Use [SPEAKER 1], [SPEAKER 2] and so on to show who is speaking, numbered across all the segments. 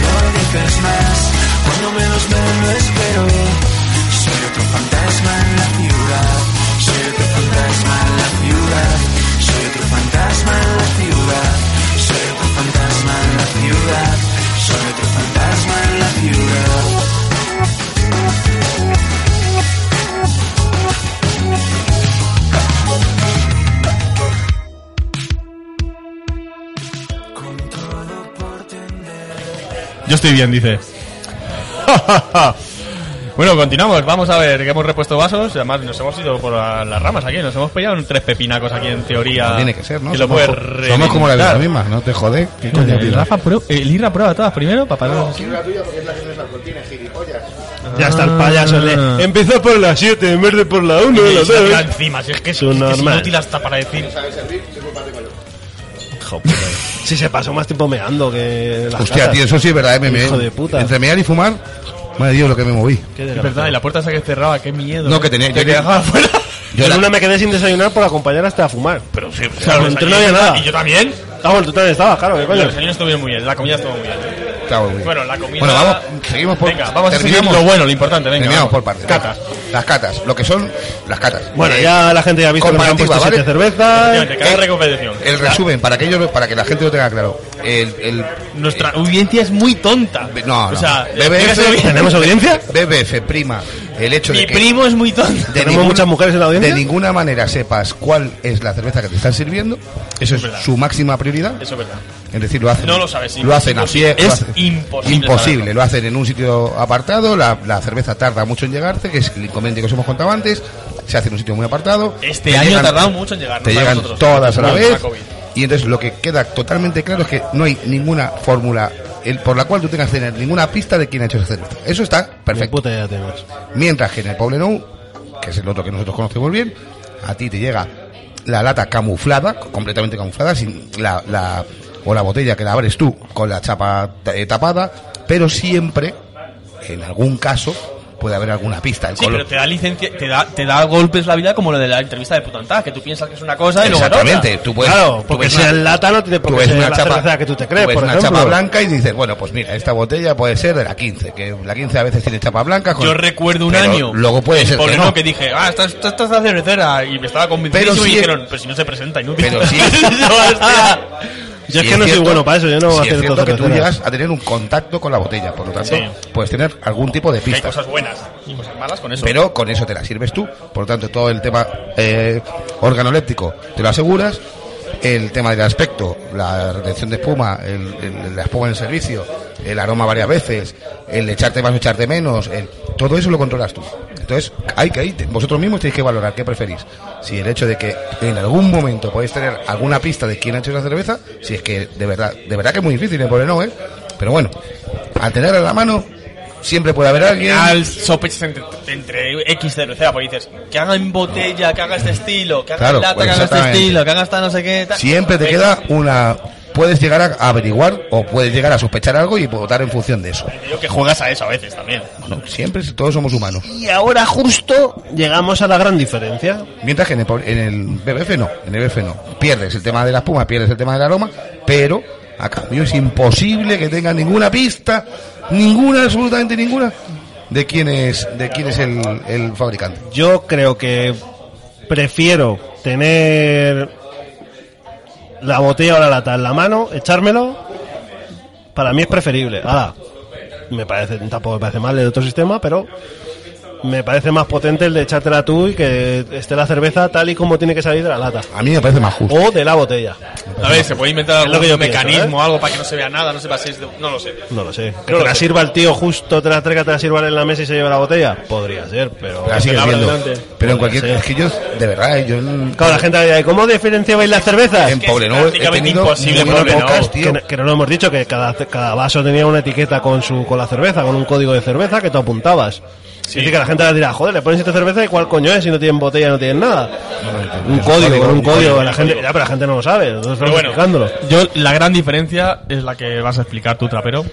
[SPEAKER 1] buscas más. Cuando menos me lo espero, soy otro fantasma en la ciudad. Soy otro fantasma en la ciudad. Soy otro fantasma en la ciudad. Soy otro fantasma en la ciudad. Soy otro fantasma en la ciudad.
[SPEAKER 2] Yo estoy bien, dice. bueno, continuamos. Vamos a ver que hemos repuesto vasos. Además, nos hemos ido por la- las ramas aquí. Nos hemos pillado en tres pepinacos aquí en teoría.
[SPEAKER 3] Como tiene que ser, ¿no?
[SPEAKER 2] Ah, Que lo
[SPEAKER 3] somos,
[SPEAKER 2] puede
[SPEAKER 3] co- somos como la vida
[SPEAKER 2] reventar.
[SPEAKER 3] misma, no te jode. ¿Qué
[SPEAKER 2] Coño,
[SPEAKER 3] coño
[SPEAKER 2] el,
[SPEAKER 3] piensas?
[SPEAKER 2] Rafa prue- el Irra prueba todas primero para parar.
[SPEAKER 3] la tuya porque es la que tienes alcohol, tiene gilipollas.
[SPEAKER 4] Ya está el payaso. Le... Empezó por las 7 en vez de por la 1,
[SPEAKER 2] Y
[SPEAKER 4] lo
[SPEAKER 2] se tira
[SPEAKER 4] sabes.
[SPEAKER 2] encima, si es que es,
[SPEAKER 4] Tú
[SPEAKER 2] es que es
[SPEAKER 4] normal.
[SPEAKER 2] inútil hasta para decir.
[SPEAKER 4] Si se pasó más tiempo meando que las
[SPEAKER 3] Hostia,
[SPEAKER 4] casas.
[SPEAKER 3] tío, eso sí es verdad, ¿eh? me meé.
[SPEAKER 4] Hijo de puta.
[SPEAKER 3] Entre mear y fumar, madre Dios, lo que me moví.
[SPEAKER 4] Qué
[SPEAKER 2] Es
[SPEAKER 4] desgracia.
[SPEAKER 2] verdad, y la puerta esa que cerraba, qué miedo.
[SPEAKER 3] No,
[SPEAKER 2] ¿eh?
[SPEAKER 3] que tenía-
[SPEAKER 2] Te
[SPEAKER 3] yo-
[SPEAKER 2] dejaba fuera.
[SPEAKER 3] Yo
[SPEAKER 4] Yo en
[SPEAKER 3] la-
[SPEAKER 4] una me quedé sin desayunar por acompañar hasta a fumar.
[SPEAKER 2] Pero sí, o
[SPEAKER 4] sea,
[SPEAKER 2] pues
[SPEAKER 4] dentro no
[SPEAKER 2] aquí-
[SPEAKER 4] había nada.
[SPEAKER 2] Y yo también.
[SPEAKER 4] Ah, bueno, tú también estabas, claro, qué
[SPEAKER 2] Bueno,
[SPEAKER 4] coño.
[SPEAKER 2] los años estuvieron muy bien, la comida estuvo muy bien.
[SPEAKER 3] Claro, güey.
[SPEAKER 2] Bueno, la comida.
[SPEAKER 3] Bueno, vamos, seguimos por.
[SPEAKER 2] Venga, vamos a seguir
[SPEAKER 3] terminamos,
[SPEAKER 2] lo bueno, lo importante, venga. vamos.
[SPEAKER 3] terminamos por partes.
[SPEAKER 2] Catas.
[SPEAKER 3] Las catas, lo que son las catas.
[SPEAKER 4] Bueno,
[SPEAKER 3] Eh,
[SPEAKER 4] ya la gente ya ha visto que nos han
[SPEAKER 3] comparativa,
[SPEAKER 4] puesto siete
[SPEAKER 3] ¿vale?
[SPEAKER 4] cervezas.
[SPEAKER 2] Efectivamente, cada recomendación.
[SPEAKER 3] Eh, El resumen, para que, ellos, para que la gente lo tenga claro. El, el,
[SPEAKER 2] Nuestra audiencia es muy tonta.
[SPEAKER 3] eh, no, no.
[SPEAKER 2] O sea, explícaselo
[SPEAKER 3] BBF,
[SPEAKER 2] bien.
[SPEAKER 4] ¿Tenemos audiencia?
[SPEAKER 3] BBF, prima. El hecho
[SPEAKER 2] Mi
[SPEAKER 3] de que.
[SPEAKER 2] primo es muy tonto.
[SPEAKER 3] de
[SPEAKER 4] ¿Tenemos muchas mujeres en la audiencia?
[SPEAKER 3] De ninguna manera sepas cuál es la cerveza que te están sirviendo. Eso es
[SPEAKER 2] verdad.
[SPEAKER 3] su máxima prioridad.
[SPEAKER 2] Eso es verdad.
[SPEAKER 3] Es decir, lo hacen,
[SPEAKER 2] No lo sabes,
[SPEAKER 3] lo hacen a
[SPEAKER 2] imposible.
[SPEAKER 3] pie. lo
[SPEAKER 2] Es
[SPEAKER 3] hacen-
[SPEAKER 2] imposible
[SPEAKER 3] Imposible.
[SPEAKER 2] saberlo.
[SPEAKER 3] Lo hacen en un sitio apartado. La, la cerveza tarda mucho en llegarte, que es el inconveniente que os hemos contado antes. Se hace en un sitio muy apartado.
[SPEAKER 2] Este
[SPEAKER 3] Te
[SPEAKER 2] año
[SPEAKER 3] llegan-
[SPEAKER 2] ha tardado mucho en llegar, no
[SPEAKER 3] Te
[SPEAKER 2] para
[SPEAKER 3] llegan
[SPEAKER 2] nosotros.
[SPEAKER 3] todas a la
[SPEAKER 2] No,
[SPEAKER 3] vez.
[SPEAKER 2] para COVID.
[SPEAKER 3] Y entonces lo que queda totalmente claro es que no hay ninguna fórmula el- por la cual tú tengas que tener ninguna pista de quién ha hecho esa cerveza. Eso está
[SPEAKER 4] Ni
[SPEAKER 3] perfecto.
[SPEAKER 4] puta idea tenemos.
[SPEAKER 3] Mientras que en el Poblenou, que es el otro que nosotros conocemos bien, a ti te llega la lata camuflada, completamente camuflada, sin la, la- o la botella que la abres tú con la chapa ta- eh, tapada, pero siempre, en algún caso, puede haber alguna pista. El
[SPEAKER 2] Sí,
[SPEAKER 3] color.
[SPEAKER 2] pero te da licencia, te da, te da golpes la vida como lo de la entrevista de Putantá, que tú piensas que es una cosa y luego era
[SPEAKER 3] Exactamente,
[SPEAKER 2] otra.
[SPEAKER 3] tú puedes.
[SPEAKER 4] claro,
[SPEAKER 3] tú
[SPEAKER 4] porque
[SPEAKER 3] ves
[SPEAKER 4] si
[SPEAKER 3] una-
[SPEAKER 4] el lata no tiene
[SPEAKER 3] Tú
[SPEAKER 4] por qué
[SPEAKER 3] ves
[SPEAKER 4] ser
[SPEAKER 3] una
[SPEAKER 4] la
[SPEAKER 3] chapa
[SPEAKER 4] cerveza que tú te crees,
[SPEAKER 3] tú ves
[SPEAKER 4] por
[SPEAKER 3] una
[SPEAKER 4] ejemplo.
[SPEAKER 3] chapa blanca y dices, bueno, pues mira, esta botella puede ser de la 15, que la 15 a veces tiene chapa blanca. con-
[SPEAKER 2] Yo recuerdo un
[SPEAKER 3] pero
[SPEAKER 2] año.
[SPEAKER 3] Luego puede
[SPEAKER 2] en
[SPEAKER 3] ser que
[SPEAKER 2] Poblenou
[SPEAKER 3] no.
[SPEAKER 2] que dije, ah, esta, esta, esta es la cervecera. Y me estaba convencido
[SPEAKER 3] Pero
[SPEAKER 2] y
[SPEAKER 3] sí es-
[SPEAKER 2] dijeron, pero si no se presenta, inútil.
[SPEAKER 3] Pero sí es-
[SPEAKER 2] Yo, hostia.
[SPEAKER 4] Yo es
[SPEAKER 3] Sí,
[SPEAKER 4] que no soy
[SPEAKER 3] cierto-
[SPEAKER 4] bueno para eso, yo no
[SPEAKER 3] sí,
[SPEAKER 4] voy a
[SPEAKER 3] es
[SPEAKER 4] hacer
[SPEAKER 3] cierto
[SPEAKER 4] todo
[SPEAKER 3] que tú llegas a tener un contacto con la botella, por lo tanto,
[SPEAKER 2] Sí.
[SPEAKER 3] puedes tener algún tipo de
[SPEAKER 2] Que hay
[SPEAKER 3] pista.
[SPEAKER 2] cosas buenas y cosas malas con eso.
[SPEAKER 3] Pero con eso te la sirves tú, por lo tanto, todo el tema eh, organoléptico te lo aseguras, el tema del aspecto, la retención de espuma, el, el- la espuma en el servicio, el aroma varias veces, el echarte más o echarte menos, el- todo eso lo controlas tú. Entonces, hay que ahí, vosotros mismos tenéis que valorar qué preferís. Si el hecho de que en algún momento podéis tener alguna pista de quién ha hecho esa cerveza, si es que de verdad, de verdad que es muy difícil, ¿eh? Porque no, ¿eh? Pero bueno, al tenerla en la mano, siempre puede haber alguien.
[SPEAKER 2] Al sospechas entre, entre X cervecera, porque dices, que haga en botella, que haga este estilo, que haga
[SPEAKER 3] Claro,
[SPEAKER 2] en lata,
[SPEAKER 3] pues,
[SPEAKER 2] que haga este
[SPEAKER 3] exactamente.
[SPEAKER 2] estilo, que haga esta no sé qué. tal.
[SPEAKER 3] Siempre te
[SPEAKER 2] Venga.
[SPEAKER 3] queda una. Puedes llegar a averiguar o puedes llegar a sospechar algo y votar en función de eso.
[SPEAKER 2] Yo que juegas a eso a veces también.
[SPEAKER 3] Bueno, siempre si todos somos humanos.
[SPEAKER 4] Y ahora justo llegamos a la gran diferencia.
[SPEAKER 3] Mientras que en el, po- en el BBF no, en el BBF no. Pierdes el tema de la espuma, pierdes el tema del aroma, pero a cambio es imposible que tengas ninguna pista, ninguna, absolutamente ninguna, de quién es, de quién es el, el fabricante.
[SPEAKER 4] Yo creo que prefiero tener la botella o la lata en la mano, echármelo. Para mí es preferible. Ahora, me parece, tampoco me parece mal el otro sistema, pero me parece más potente el de echártela tú y que esté la cerveza tal y como tiene que salir de la lata.
[SPEAKER 3] A mí me parece más justo.
[SPEAKER 4] O de la botella.
[SPEAKER 2] A ver, se puede inventar
[SPEAKER 4] Es lo
[SPEAKER 2] algún
[SPEAKER 4] que yo pienso, ¿eh?
[SPEAKER 2] mecanismo o algo para que no se vea nada, no sepa si es de- No lo sé.
[SPEAKER 4] No lo sé. Que
[SPEAKER 2] No
[SPEAKER 4] te
[SPEAKER 2] lo
[SPEAKER 4] la
[SPEAKER 2] sé.
[SPEAKER 4] sirva el tío justo, te la traiga, te la sirva en la mesa y se lleva la botella. Podría ser, pero...
[SPEAKER 3] La sigues
[SPEAKER 2] la abra
[SPEAKER 3] viendo.
[SPEAKER 2] delante.
[SPEAKER 3] Pero en cualquier
[SPEAKER 4] Sí.
[SPEAKER 3] es que yo, de verdad, eh, yo en,
[SPEAKER 4] Claro, la gente dirá, ¿y ¿cómo diferenciabais las cervezas?
[SPEAKER 3] en
[SPEAKER 2] que es
[SPEAKER 3] Poblenou he
[SPEAKER 2] prácticamente
[SPEAKER 3] tenido
[SPEAKER 2] imposible
[SPEAKER 3] muy
[SPEAKER 2] Poblenou.
[SPEAKER 3] pocas, tío.
[SPEAKER 4] Que, no- que no lo hemos dicho, que cada, cada vaso tenía una etiqueta con su con la cerveza, con un código de cerveza que tú apuntabas. Es decir, que la gente dirá, joder, le ponen siete cervezas y cuál coño es si no tienen botella, no tienen nada. Un código, con un código, la gente, ya, pero la gente no lo sabe, nosotros
[SPEAKER 2] Pero
[SPEAKER 4] estamos
[SPEAKER 2] bueno,
[SPEAKER 4] explicándolo.
[SPEAKER 2] yo la gran diferencia es la que vas a explicar tu trapero,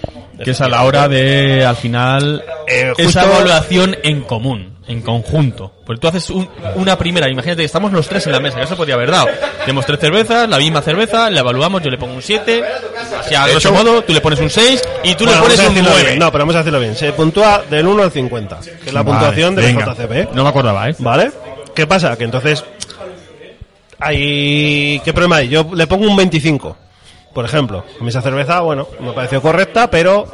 [SPEAKER 2] que es a la hora de, al final,
[SPEAKER 4] Eh,
[SPEAKER 2] esa
[SPEAKER 4] justo-
[SPEAKER 2] evaluación en común. en conjunto. Porque tú haces un- una primera, imagínate, estamos los tres en la mesa, que eso podría haber dado. Tenemos tres cervezas, la misma cerveza, la evaluamos, yo le pongo un 7, así a
[SPEAKER 3] De
[SPEAKER 2] grosso
[SPEAKER 3] hecho-
[SPEAKER 2] modo, tú le pones un 6 y tú
[SPEAKER 4] Bueno,
[SPEAKER 2] le pones
[SPEAKER 4] vamos a
[SPEAKER 2] un
[SPEAKER 4] decirlo
[SPEAKER 2] 9.
[SPEAKER 4] bien. No, pero vamos a decirlo bien. Se puntúa del 1 al 50, que es la
[SPEAKER 3] Vale,
[SPEAKER 4] puntuación del
[SPEAKER 2] Venga.
[SPEAKER 4] JCP.
[SPEAKER 2] No me acordaba, ¿eh?
[SPEAKER 4] ¿Vale? ¿Qué pasa? Que entonces. Hay... ¿Qué problema hay? Yo le pongo un 25, por ejemplo. A mí esa cerveza, bueno, me pareció correcta, pero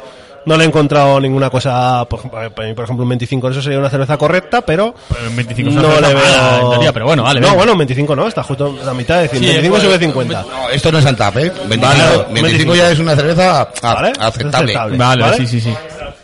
[SPEAKER 4] no le he encontrado ninguna cosa. Por, ejemplo, para mí, por ejemplo, un 25 en eso sería una cerveza correcta, pero.
[SPEAKER 2] Pero en 25 es una
[SPEAKER 4] no
[SPEAKER 2] cerveza
[SPEAKER 4] le
[SPEAKER 2] mala, en
[SPEAKER 4] veo.
[SPEAKER 2] teoría, pero bueno, vale.
[SPEAKER 4] No,
[SPEAKER 2] venga.
[SPEAKER 4] bueno, un 25 no, está justo la mitad, es decir,
[SPEAKER 2] Sí,
[SPEAKER 4] 25
[SPEAKER 2] pues,
[SPEAKER 4] sobre 50.
[SPEAKER 3] No, esto no es Antap, ¿eh? 25,
[SPEAKER 4] Vale,
[SPEAKER 3] 25 ya es una cerveza a- a-
[SPEAKER 4] ¿Vale?
[SPEAKER 3] aceptable.
[SPEAKER 4] Aceptable.
[SPEAKER 2] Vale,
[SPEAKER 4] ¿vale?
[SPEAKER 2] sí, sí, sí.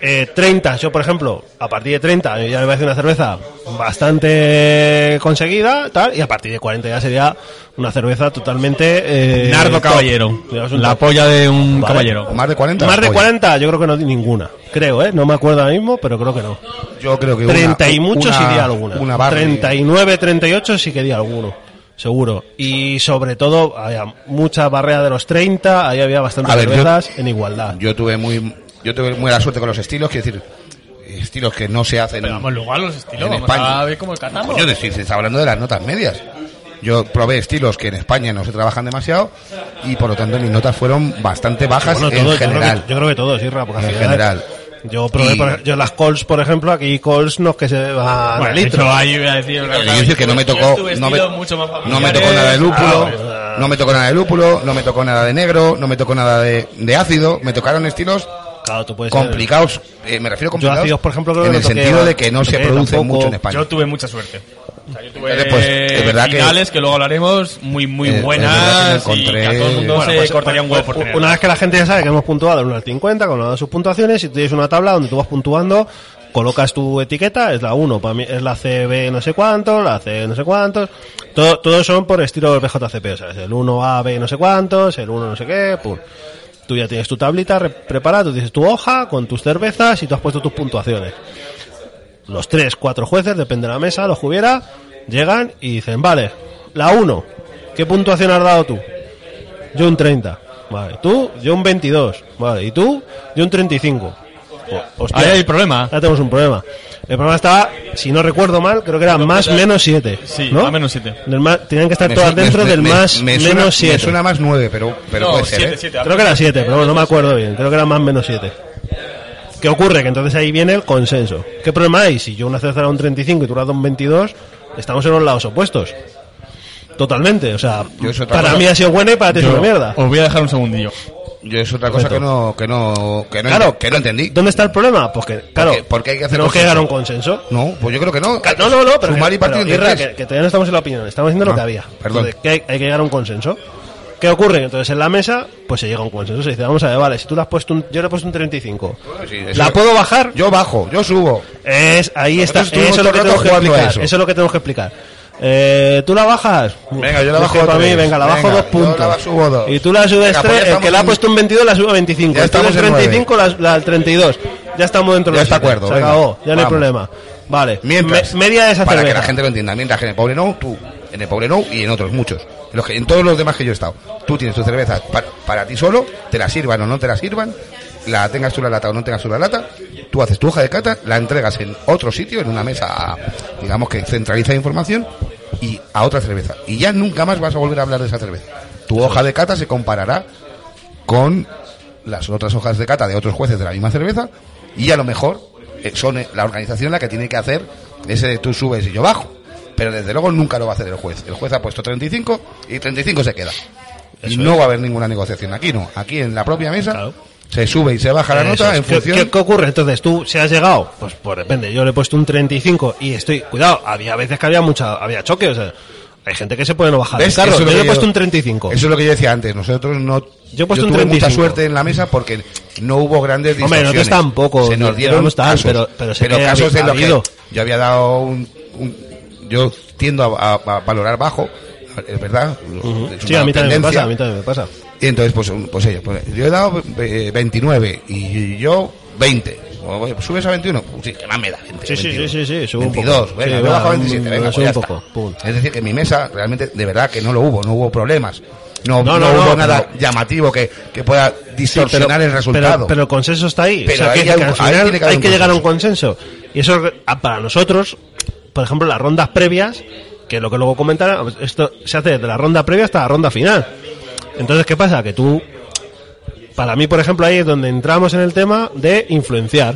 [SPEAKER 4] Eh, 30, yo por ejemplo, a partir de 30 ya me parece una cerveza bastante conseguida, tal, y a partir de 40 ya sería una cerveza totalmente... eh,
[SPEAKER 2] Nardo
[SPEAKER 4] top.
[SPEAKER 2] Caballero.
[SPEAKER 4] Digamos un
[SPEAKER 2] La
[SPEAKER 4] top.
[SPEAKER 2] polla de un
[SPEAKER 4] Vale.
[SPEAKER 2] caballero.
[SPEAKER 3] ¿Más de 40?
[SPEAKER 4] Más de
[SPEAKER 3] Oye,
[SPEAKER 4] 40 yo creo que no di ninguna, creo, ¿eh? No me acuerdo ahora mismo, pero creo que no.
[SPEAKER 3] Yo creo que una-
[SPEAKER 4] 30 y mucho
[SPEAKER 3] una-
[SPEAKER 4] sí di alguna.
[SPEAKER 3] Una barra.
[SPEAKER 4] 39, 38 sí que di alguno, seguro. Y sobre todo, había mucha barrera de los 30, ahí había bastantes
[SPEAKER 3] A ver, yo-
[SPEAKER 4] cervezas en igualdad.
[SPEAKER 3] Yo tuve muy yo tuve muy la suerte con los estilos, quiero decir, estilos que no se hacen.
[SPEAKER 2] Pero vamos luego a los estilos,
[SPEAKER 3] En
[SPEAKER 2] vamos
[SPEAKER 3] España.
[SPEAKER 2] a ver cómo catamos.
[SPEAKER 3] Coño, te- se está hablando de las notas medias. Yo probé estilos que en España no se trabajan demasiado y por lo tanto mis notas fueron bastante bajas
[SPEAKER 4] Bueno,
[SPEAKER 3] en
[SPEAKER 4] todo, yo creo que-
[SPEAKER 3] general.
[SPEAKER 4] Yo creo que, todo, sí, Ra, porque
[SPEAKER 3] En
[SPEAKER 4] al final-
[SPEAKER 3] general.
[SPEAKER 4] Yo probé,
[SPEAKER 3] Y-
[SPEAKER 4] por ej- yo las Cols, por ejemplo, aquí Cols no es que se van
[SPEAKER 2] Bueno,
[SPEAKER 4] al
[SPEAKER 2] de
[SPEAKER 4] litro.
[SPEAKER 2] hecho, ahí voy a decir, una cosa.
[SPEAKER 3] Quiero decir que no me
[SPEAKER 2] Yo
[SPEAKER 3] tocó
[SPEAKER 2] estuve
[SPEAKER 3] no me,
[SPEAKER 2] estilo mucho más
[SPEAKER 3] no me
[SPEAKER 2] familiares.
[SPEAKER 3] tocó nada de lúpulo,
[SPEAKER 4] Ah,
[SPEAKER 3] no me tocó nada de lúpulo, no me tocó nada de negro, no me tocó nada de, de ácido, me tocaron estilos
[SPEAKER 4] Claro, tú puedes ser-
[SPEAKER 3] complicados, eh, me refiero a complicados
[SPEAKER 4] Pues, ácidos, por ejemplo, creo que
[SPEAKER 3] en
[SPEAKER 4] no
[SPEAKER 3] el
[SPEAKER 4] toqué-
[SPEAKER 3] sentido de que no se
[SPEAKER 4] toqué
[SPEAKER 3] producen
[SPEAKER 4] tampoco.
[SPEAKER 3] mucho en
[SPEAKER 2] Ah,
[SPEAKER 3] España.
[SPEAKER 2] Yo tuve mucha suerte. O sea, yo tuve
[SPEAKER 3] Entonces, pues, es verdad que-
[SPEAKER 2] finales que, luego hablaremos muy, muy
[SPEAKER 3] Eh, es verdad
[SPEAKER 2] buenas
[SPEAKER 3] que me
[SPEAKER 2] y que a
[SPEAKER 3] encontré-
[SPEAKER 2] todo el mundo
[SPEAKER 3] Bueno,
[SPEAKER 2] se
[SPEAKER 4] pues,
[SPEAKER 2] cortaría un huevo por
[SPEAKER 4] pues,
[SPEAKER 2] tener.
[SPEAKER 4] Una vez que la gente ya sabe que hemos puntuado del 1 al 50, con una de sus puntuaciones, y tú tienes una tabla donde tú vas puntuando, colocas tu etiqueta, es la 1, para mí es la CB no sé cuánto, la C no sé cuántos, todo, todos son por estilo BJCP, o sea, es el 1A, B no sé cuántos, el 1 no sé qué, pum. Tú ya tienes tu tablita re- preparada, tú tienes tu hoja con tus cervezas y tú has puesto tus puntuaciones. Los tres, cuatro jueces, depende de la mesa, los que hubiera, llegan y dicen, vale, la 1, ¿qué puntuación has dado tú? Yo un 30. Vale. Tú, yo un 22. Vale. Y tú, yo un 35. O- hostia,
[SPEAKER 2] Ahí hay problema.
[SPEAKER 4] Ya tenemos un problema. El problema estaba, si no recuerdo mal, creo que era más menos 7.
[SPEAKER 2] Sí,
[SPEAKER 4] ¿no?
[SPEAKER 2] más menos siete.
[SPEAKER 4] Del ma- Tenían que estar
[SPEAKER 3] Me
[SPEAKER 4] todas
[SPEAKER 3] su- me-
[SPEAKER 4] dentro del
[SPEAKER 3] me-
[SPEAKER 4] más
[SPEAKER 3] me suena-
[SPEAKER 4] menos 7.
[SPEAKER 3] Me suena más 9, pero, pero
[SPEAKER 2] No,
[SPEAKER 3] puede ser.
[SPEAKER 2] siete,
[SPEAKER 3] ¿eh?
[SPEAKER 2] siete.
[SPEAKER 4] Creo que era 7, pero no me acuerdo bien. Creo que era más menos 7. ¿Qué ocurre? Que entonces ahí viene el consenso. ¿Qué problema hay? Si yo una cerveza era un 35 y tú la das un 22, estamos en los lados opuestos. Totalmente. O sea,
[SPEAKER 3] Yo es otra
[SPEAKER 4] para
[SPEAKER 3] cosa.
[SPEAKER 4] mí ha sido buena y para ti es
[SPEAKER 2] Yo
[SPEAKER 4] una mierda.
[SPEAKER 2] Os voy a dejar un segundillo.
[SPEAKER 3] Yo es otra cosa que no, que no, que no,
[SPEAKER 4] Claro.
[SPEAKER 3] que no entendí.
[SPEAKER 4] ¿Dónde está el problema? Pues que, claro,
[SPEAKER 3] Porque- porque hay que hacer
[SPEAKER 4] tenemos que
[SPEAKER 3] consenso.
[SPEAKER 4] llegar a un consenso.
[SPEAKER 3] No, pues yo creo que no.
[SPEAKER 4] No, no, no, pero,
[SPEAKER 3] Sumar y
[SPEAKER 4] pero,
[SPEAKER 3] partir de
[SPEAKER 4] Irra,
[SPEAKER 3] tres.
[SPEAKER 4] que, que todavía no estamos en la opinión, estamos diciendo lo
[SPEAKER 3] Ah,
[SPEAKER 4] que había.
[SPEAKER 3] perdón.
[SPEAKER 4] Entonces, que hay, hay que llegar a un consenso. ¿Qué ocurre? Que Entonces en la mesa, pues se llega a un consenso. Se dice, vamos a ver, vale, si tú le has puesto un, yo le he puesto un 35,
[SPEAKER 3] Sí, eso-
[SPEAKER 4] ¿la puedo bajar?
[SPEAKER 3] Yo bajo, yo subo.
[SPEAKER 4] Es, ahí está,
[SPEAKER 3] Nosotros
[SPEAKER 4] eso
[SPEAKER 3] estuvimos
[SPEAKER 4] es
[SPEAKER 3] todo el
[SPEAKER 4] lo que
[SPEAKER 3] rato
[SPEAKER 4] tenemos que
[SPEAKER 3] jugando a
[SPEAKER 4] explicar.
[SPEAKER 3] eso.
[SPEAKER 4] Eso. es lo que tenemos que explicar. Eh, ¿Tú la bajas?
[SPEAKER 3] Venga, yo la
[SPEAKER 4] Es
[SPEAKER 3] bajo
[SPEAKER 4] que para
[SPEAKER 3] tres.
[SPEAKER 4] mí, venga, la bajo
[SPEAKER 3] Venga,
[SPEAKER 4] dos
[SPEAKER 3] yo
[SPEAKER 4] puntos.
[SPEAKER 3] la subo dos.
[SPEAKER 4] Y tú la subes
[SPEAKER 3] Venga, pues
[SPEAKER 4] tres,
[SPEAKER 3] ya
[SPEAKER 4] el que
[SPEAKER 3] estamos
[SPEAKER 4] la ha
[SPEAKER 3] en-
[SPEAKER 4] puesto un 22 la sube a 25.
[SPEAKER 3] Ya
[SPEAKER 4] el que tiene
[SPEAKER 3] estamos en
[SPEAKER 4] 35 la, la al 32. Ya estamos dentro
[SPEAKER 3] Ya
[SPEAKER 4] de
[SPEAKER 3] está
[SPEAKER 4] límites.
[SPEAKER 3] acuerdo,
[SPEAKER 4] Se
[SPEAKER 3] venga.
[SPEAKER 4] acabó, ya no hay
[SPEAKER 3] Vamos.
[SPEAKER 4] problema. Vale,
[SPEAKER 3] Mientras,
[SPEAKER 4] me- media de esa
[SPEAKER 3] para que
[SPEAKER 4] cerveza.
[SPEAKER 3] la gente lo entienda, mientras que en el Pobre No, tú, en el Pobre No y en otros muchos, en, los que, en todos los demás que yo he estado, tú tienes tu cerveza para, para ti solo, te la sirvan o no te la sirvan, la tengas tú la lata o no tengas tú la lata, tú haces tu hoja de cata, la entregas en otro sitio, en una mesa, digamos que centraliza información, y a otra cerveza. Y ya nunca más vas a volver a hablar de esa cerveza. Tu hoja de cata se comparará con las otras hojas de cata de otros jueces de la misma cerveza y a lo mejor eh, son eh, la organización la que tiene que hacer ese de tú subes y yo bajo. Pero desde luego nunca lo va a hacer el juez. El juez ha puesto 35 y 35 se queda. y no va a haber ninguna negociación. Aquí no. Aquí en la propia mesa
[SPEAKER 4] Claro.
[SPEAKER 3] se sube y se baja la
[SPEAKER 4] Eso
[SPEAKER 3] nota
[SPEAKER 4] es.
[SPEAKER 3] en
[SPEAKER 4] ¿Qué-
[SPEAKER 3] función...
[SPEAKER 4] ¿Qué, qué ocurre? Entonces, tú, si has llegado, pues, pues depende, yo le he puesto un 35 y estoy, cuidado, había veces que había mucha, había choque, o sea, hay gente que se puede no bajar.
[SPEAKER 3] ¿Ves?
[SPEAKER 4] Claro,
[SPEAKER 3] Eso es
[SPEAKER 4] yo
[SPEAKER 3] lo
[SPEAKER 4] le he
[SPEAKER 3] que
[SPEAKER 4] puesto un 35.
[SPEAKER 3] Eso es lo que yo decía antes. Nosotros no...
[SPEAKER 4] Yo he puesto un
[SPEAKER 3] tuve mucha
[SPEAKER 4] 35.
[SPEAKER 3] suerte en la mesa porque no hubo grandes
[SPEAKER 4] Hombre,
[SPEAKER 3] distorsiones.
[SPEAKER 4] nosotros tampoco,
[SPEAKER 3] Se nos dieron
[SPEAKER 4] llevamos tal,
[SPEAKER 3] casos.
[SPEAKER 4] pero- pero sé que
[SPEAKER 3] casos
[SPEAKER 4] ha-
[SPEAKER 3] en
[SPEAKER 4] ha
[SPEAKER 3] los que
[SPEAKER 4] habido.
[SPEAKER 3] yo había dado un... un- yo tiendo a, a- a valorar bajo, es verdad.
[SPEAKER 4] Ujú.
[SPEAKER 3] es
[SPEAKER 4] Sí,
[SPEAKER 3] una
[SPEAKER 4] a mí también me
[SPEAKER 3] tendencia.
[SPEAKER 4] pasa, a mí también me pasa.
[SPEAKER 3] Y entonces, pues, un- pues, oye, pues, yo he dado eh, 29 y yo 20. O, oye, pues, ¿Subes a 21? Pues, sí, que más me da 20,
[SPEAKER 4] Sí, sí,
[SPEAKER 3] 22.
[SPEAKER 4] sí, sí, sí, sube un
[SPEAKER 3] 22,
[SPEAKER 4] poco.
[SPEAKER 3] venga,
[SPEAKER 4] Sí,
[SPEAKER 3] yo
[SPEAKER 4] va,
[SPEAKER 3] bajo a 27,
[SPEAKER 4] un-
[SPEAKER 3] venga, pues
[SPEAKER 4] sube
[SPEAKER 3] ya
[SPEAKER 4] un
[SPEAKER 3] está.
[SPEAKER 4] poco, pum.
[SPEAKER 3] Es decir, que en mi mesa realmente, de verdad que no lo hubo, no hubo problemas. No,
[SPEAKER 4] No,
[SPEAKER 3] no,
[SPEAKER 4] no,
[SPEAKER 3] hubo
[SPEAKER 4] no,
[SPEAKER 3] nada
[SPEAKER 4] pero-
[SPEAKER 3] llamativo que, que pueda distorsionar el resultado.
[SPEAKER 4] Pero, pero el consenso está ahí.
[SPEAKER 3] Pero
[SPEAKER 4] o sea,
[SPEAKER 3] ahí
[SPEAKER 4] que,
[SPEAKER 3] hay
[SPEAKER 4] que al
[SPEAKER 3] un- ahí
[SPEAKER 4] final
[SPEAKER 3] tiene que haber
[SPEAKER 4] hay
[SPEAKER 3] un
[SPEAKER 4] que llegar a un consenso. Y eso ah, para nosotros por ejemplo, las rondas previas, que es lo que luego comentarán, esto se hace desde la ronda previa hasta la ronda final. Entonces, ¿qué pasa? Que tú, para mí, por ejemplo, ahí es donde entramos en el tema de influenciar.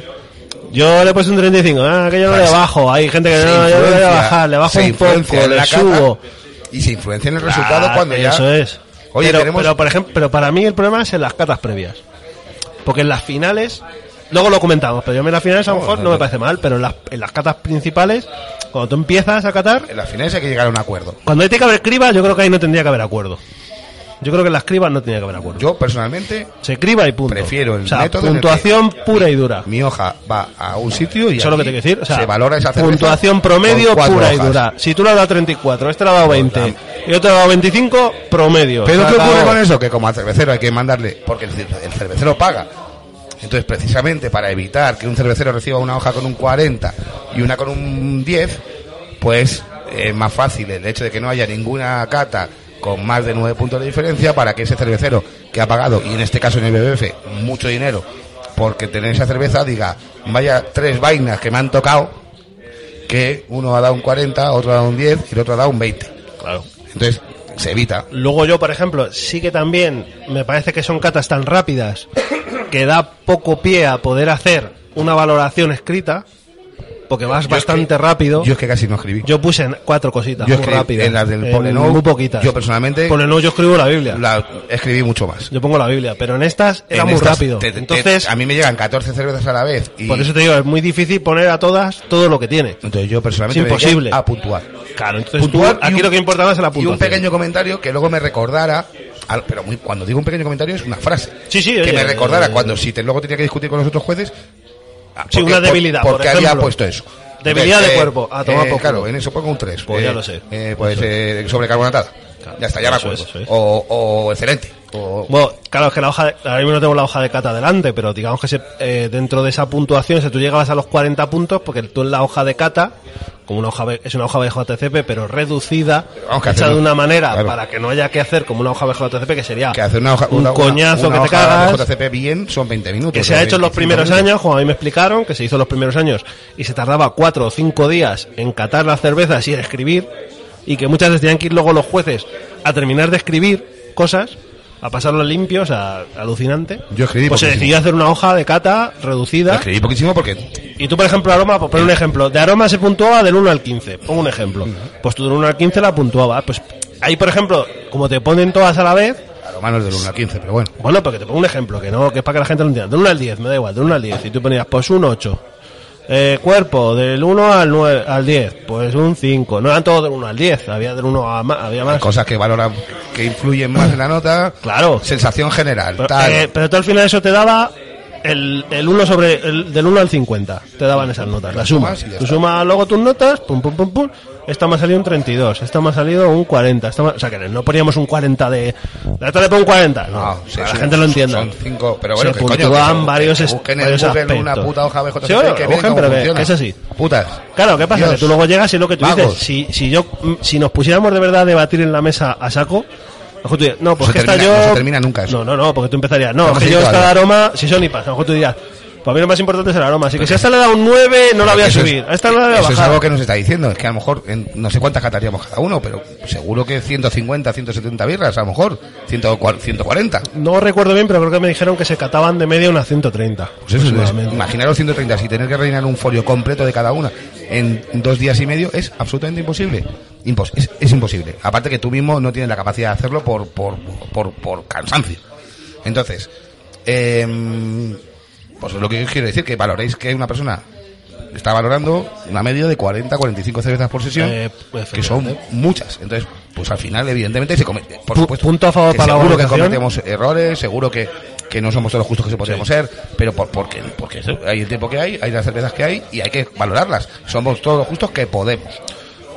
[SPEAKER 4] Yo le puse un 35, ah, que yo no le
[SPEAKER 3] Pues,
[SPEAKER 4] bajo, hay gente que
[SPEAKER 3] Se
[SPEAKER 4] no, yo le voy a
[SPEAKER 3] influencia,
[SPEAKER 4] bajar, le bajo
[SPEAKER 3] se
[SPEAKER 4] un
[SPEAKER 3] influencia
[SPEAKER 4] poco,
[SPEAKER 3] en
[SPEAKER 4] le
[SPEAKER 3] la caza
[SPEAKER 4] subo.
[SPEAKER 3] Y se influencia en el resultado
[SPEAKER 4] Ah,
[SPEAKER 3] cuando ya.
[SPEAKER 4] Eso es.
[SPEAKER 3] Oye,
[SPEAKER 4] pero,
[SPEAKER 3] tenemos.
[SPEAKER 4] pero, por ejemplo, pero para mí el problema es en las catas previas. Porque en las finales, luego lo comentamos, pero yo en las finales a lo
[SPEAKER 3] No,
[SPEAKER 4] mejor
[SPEAKER 3] no,
[SPEAKER 4] no me
[SPEAKER 3] no.
[SPEAKER 4] parece mal, pero en las, en las catas principales, cuando tú empiezas a catar,
[SPEAKER 3] En las finales hay que llegar a un acuerdo.
[SPEAKER 4] cuando ahí tiene que haber criba, yo creo que ahí no tendría que haber acuerdo. Yo creo que en las cribas no tendría que haber acuerdo.
[SPEAKER 3] Yo personalmente,
[SPEAKER 4] Se criba y punto.
[SPEAKER 3] Prefiero el
[SPEAKER 4] o sea,
[SPEAKER 3] método en el
[SPEAKER 4] puntuación pura y dura.
[SPEAKER 3] mi hoja va a un sitio y
[SPEAKER 4] Eso es lo que
[SPEAKER 3] allí
[SPEAKER 4] te quiero decir. O sea,
[SPEAKER 3] se valora esa cerveza
[SPEAKER 4] puntuación promedio
[SPEAKER 3] con cuatro
[SPEAKER 4] pura y
[SPEAKER 3] hojas.
[SPEAKER 4] dura. Si tú le has dado 34, este le ha dado 20, y otro le ha dado 25, promedio.
[SPEAKER 3] Pero
[SPEAKER 4] Se
[SPEAKER 3] ¿qué ocurre
[SPEAKER 4] acabó.
[SPEAKER 3] con eso? Que como al cervecero hay que mandarle, porque el, cer- el cervecero paga. Entonces, precisamente para evitar que un cervecero reciba una hoja con un 40 y una con un 10, pues es más fácil el hecho de que no haya ninguna cata con más de 9 puntos de diferencia para que ese cervecero que ha pagado, y en este caso en el BBF, mucho dinero, porque tener esa cerveza diga, vaya tres vainas que me han tocado, que uno ha dado un 40, otro ha dado un 10 y el otro ha dado un 20.
[SPEAKER 4] Claro.
[SPEAKER 3] Entonces, se evita.
[SPEAKER 4] Luego yo, por ejemplo, sí que también me parece que son catas tan rápidas que da poco pie a poder hacer una valoración escrita, porque vas
[SPEAKER 3] Yo es
[SPEAKER 4] bastante
[SPEAKER 3] que-
[SPEAKER 4] rápido.
[SPEAKER 3] Yo
[SPEAKER 4] Yo,
[SPEAKER 3] es que casi no escribí.
[SPEAKER 4] puse en cuatro cositas
[SPEAKER 3] Yo
[SPEAKER 4] muy
[SPEAKER 3] escribí
[SPEAKER 4] rápidas.
[SPEAKER 3] en las del
[SPEAKER 4] en
[SPEAKER 3] Polenou,
[SPEAKER 4] Muy poquitas.
[SPEAKER 3] yo personalmente-
[SPEAKER 4] Polenou yo escribo la Biblia.
[SPEAKER 3] La- escribí mucho más.
[SPEAKER 4] Yo pongo la Biblia, pero en estas era
[SPEAKER 3] En
[SPEAKER 4] muy
[SPEAKER 3] estas,
[SPEAKER 4] rápido.
[SPEAKER 3] te- te-
[SPEAKER 4] Entonces,
[SPEAKER 3] a mí me llegan 14 cervezas a la vez. Y
[SPEAKER 4] por eso te digo, es muy difícil poner a todas todo lo que tiene.
[SPEAKER 3] entonces yo personalmente
[SPEAKER 4] es
[SPEAKER 3] me dediqué
[SPEAKER 4] imposible.
[SPEAKER 3] a puntuar.
[SPEAKER 4] Claro, entonces tú-
[SPEAKER 3] Puntuar y
[SPEAKER 4] aquí
[SPEAKER 3] un-
[SPEAKER 4] lo que importaba es la
[SPEAKER 3] Y
[SPEAKER 4] puntuación.
[SPEAKER 3] un pequeño comentario que luego me recordara, al- pero muy, cuando digo un pequeño comentario es una frase.
[SPEAKER 4] Sí, sí,
[SPEAKER 3] que
[SPEAKER 4] oye,
[SPEAKER 3] me recordara
[SPEAKER 4] eh,
[SPEAKER 3] cuando si te, luego tenía que discutir con los otros jueces. ah,
[SPEAKER 4] Sí,
[SPEAKER 3] porque-
[SPEAKER 4] una
[SPEAKER 3] por-
[SPEAKER 4] debilidad, por
[SPEAKER 3] Porque había
[SPEAKER 4] ejemplo.
[SPEAKER 3] puesto eso.
[SPEAKER 4] Debilidad
[SPEAKER 3] Entonces,
[SPEAKER 4] de
[SPEAKER 3] eh,
[SPEAKER 4] cuerpo. A tomar
[SPEAKER 3] eh,
[SPEAKER 4] por culo.
[SPEAKER 3] Claro, en eso pongo un 3.
[SPEAKER 4] Pues ya lo sé.
[SPEAKER 3] pues eh, sobrecarbonatada. Ya está, ya me
[SPEAKER 4] Eso es,
[SPEAKER 3] acuerdo.
[SPEAKER 4] eso es.
[SPEAKER 3] O, o excelente. O,
[SPEAKER 4] Bueno, claro, es que la hoja de- ahora mismo no tengo la hoja de cata delante, pero digamos que se- eh, dentro de esa puntuación, si tú llegabas a los 40 puntos, porque tú en la hoja de cata, como una hoja B- es una hoja BJCP, pero reducida,
[SPEAKER 3] vamos, que
[SPEAKER 4] hecha
[SPEAKER 3] hacer
[SPEAKER 4] de
[SPEAKER 3] un-
[SPEAKER 4] una manera
[SPEAKER 3] claro.
[SPEAKER 4] para que no haya que hacer como una hoja BJCP, que sería
[SPEAKER 3] que hacer una hoja,
[SPEAKER 4] un
[SPEAKER 3] una- una-
[SPEAKER 4] coñazo
[SPEAKER 3] una
[SPEAKER 4] que te
[SPEAKER 3] hoja
[SPEAKER 4] cagas.
[SPEAKER 3] de JCP bien son 20 minutos.
[SPEAKER 4] Que se
[SPEAKER 3] o
[SPEAKER 4] ha hecho en los
[SPEAKER 3] 25
[SPEAKER 4] primeros
[SPEAKER 3] minutos.
[SPEAKER 4] años, como a mí me explicaron, que se hizo en los primeros años, y se tardaba cuatro o cinco días en catar las cervezas y en escribir, y que muchas veces tenían que ir luego los jueces a terminar de escribir cosas, a pasarlo limpios, a, alucinante.
[SPEAKER 3] Yo escribí
[SPEAKER 4] Pues se
[SPEAKER 3] poquísimo.
[SPEAKER 4] decidió hacer una hoja de cata
[SPEAKER 3] Lo
[SPEAKER 4] reducida.
[SPEAKER 3] escribí poquísimo porque
[SPEAKER 4] Y tú, por ejemplo, aroma, por poner un ejemplo, de aroma se puntuaba del 1 al 15, pongo un ejemplo. Pues tú del 1 al 15 la puntuabas. Pues ahí, por ejemplo, como te ponen todas a la vez,
[SPEAKER 3] a lo menos del 1 al 15, pero bueno.
[SPEAKER 4] bueno, porque te pongo un ejemplo, que no, que es para que la gente lo entienda. Del 1 al 10, me da igual, del 1 al 10. Y tú ponías, pues un 8. Eh, cuerpo, del 1 al 9, al 10, pues un 5. No eran todos del 1 al 10, había del 1 a más, había más.
[SPEAKER 3] Cosas que valoran, que influyen más en la nota.
[SPEAKER 4] Claro.
[SPEAKER 3] Sensación general,
[SPEAKER 4] Pero,
[SPEAKER 3] tal.
[SPEAKER 4] eh, pero tú al final eso te daba el, el 1 sobre, el, del 1 al 50, te daban esas notas, la suma.
[SPEAKER 3] sumas y ya
[SPEAKER 4] Tú
[SPEAKER 3] está.
[SPEAKER 4] sumas luego tus notas, pum, pum, pum, pum. Esta me ha salido un 32, esta me ha salido un 40. Esta me- o sea, que no poníamos un 40 de... La otra le pongo un 40. No,
[SPEAKER 3] No,
[SPEAKER 4] para
[SPEAKER 3] Ah, sí,
[SPEAKER 4] la
[SPEAKER 3] son-
[SPEAKER 4] gente lo entienda.
[SPEAKER 3] Son cinco, pero bueno,
[SPEAKER 4] se
[SPEAKER 3] que coño,
[SPEAKER 4] puntúan
[SPEAKER 3] que-
[SPEAKER 4] varios
[SPEAKER 3] que
[SPEAKER 4] es-
[SPEAKER 3] busquen en
[SPEAKER 4] varios
[SPEAKER 3] Google una
[SPEAKER 4] aspectos.
[SPEAKER 3] puta hoja BJCP
[SPEAKER 4] Sí, bueno,
[SPEAKER 3] que
[SPEAKER 4] lo
[SPEAKER 3] vean
[SPEAKER 4] buscan,
[SPEAKER 3] cómo
[SPEAKER 4] pero que-
[SPEAKER 3] funciona.
[SPEAKER 4] eso sí.
[SPEAKER 3] Putas.
[SPEAKER 4] Claro, ¿qué pasa?
[SPEAKER 3] Dios.
[SPEAKER 4] Que tú luego llegas y lo que tú dices,
[SPEAKER 3] Vagos.
[SPEAKER 4] si, si yo mm, si nos pusiéramos de verdad a debatir en la mesa a saco, a lo mejor tú dirías, no, pues
[SPEAKER 3] No se
[SPEAKER 4] que esta
[SPEAKER 3] termina-
[SPEAKER 4] yo.
[SPEAKER 3] no se termina nunca eso.
[SPEAKER 4] No, no, no, porque tú empezarías, no,
[SPEAKER 3] Vamos
[SPEAKER 4] que
[SPEAKER 3] a ir
[SPEAKER 4] yo esta de
[SPEAKER 3] todavía.
[SPEAKER 4] aroma, si son IPAs, a lo mejor tú dirías, para mí lo más importante es el aroma, así que si a esta le da un 9, no la voy a
[SPEAKER 3] Eso es-
[SPEAKER 4] subir, a esta no la voy a
[SPEAKER 3] Eso es
[SPEAKER 4] bajar.
[SPEAKER 3] algo que nos está diciendo. Es que a lo mejor en- no sé cuántas cataríamos cada uno, pero seguro que 150, 170 birras, a lo mejor 140.
[SPEAKER 4] No recuerdo bien, pero creo que me dijeron que se cataban de media unas 130.
[SPEAKER 3] Pues eso, es,
[SPEAKER 4] aproximadamente.
[SPEAKER 3] imaginaros 130, si tener que rellenar un folio completo de cada una en dos días y medio es absolutamente imposible. Impos- es, es imposible. Aparte que tú mismo no tienes la capacidad de hacerlo por, por, por, por cansancio. Entonces, em, pues lo que yo quiero decir, que valoréis que una persona está valorando una media de 40, 45 cervezas por sesión,
[SPEAKER 4] Eh,
[SPEAKER 3] que son muchas. Entonces, pues al final, evidentemente, se comete, por
[SPEAKER 4] Pu-
[SPEAKER 3] supuesto,
[SPEAKER 4] punto a favor
[SPEAKER 3] que
[SPEAKER 4] para la
[SPEAKER 3] seguro que
[SPEAKER 4] organización.
[SPEAKER 3] cometemos errores, seguro que, que no somos todos los justos que se podríamos ser, pero por, porque, porque hay el tiempo que hay, hay las cervezas que hay y hay que valorarlas. Somos todos los justos que podemos.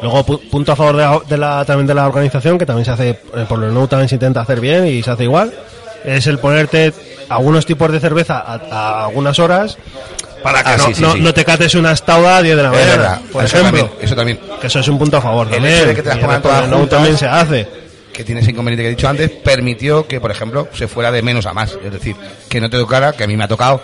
[SPEAKER 4] Luego, pu- punto a favor de la, de la- también de la organización, que también se hace, eh, por lo no también se intenta hacer bien y se hace igual, es el ponerte algunos tipos de cerveza a, a algunas horas para que
[SPEAKER 3] Ah,
[SPEAKER 4] no,
[SPEAKER 3] sí, sí,
[SPEAKER 4] no-
[SPEAKER 3] sí.
[SPEAKER 4] no te cates una stout a 10 de la
[SPEAKER 3] Es
[SPEAKER 4] mañana,
[SPEAKER 3] verdad,
[SPEAKER 4] por
[SPEAKER 3] eso
[SPEAKER 4] ejemplo.
[SPEAKER 3] también, eso también.
[SPEAKER 4] Que eso es un punto a favor
[SPEAKER 3] El hecho
[SPEAKER 4] también.
[SPEAKER 3] de que te las
[SPEAKER 4] y
[SPEAKER 3] pongan
[SPEAKER 4] el
[SPEAKER 3] todas
[SPEAKER 4] Portolano
[SPEAKER 3] juntas.
[SPEAKER 4] también se hace.
[SPEAKER 3] que tiene ese inconveniente que he dicho antes, permitió que, por ejemplo, se fuera de menos a más. Es decir, que no te tocara, que a mí me ha tocado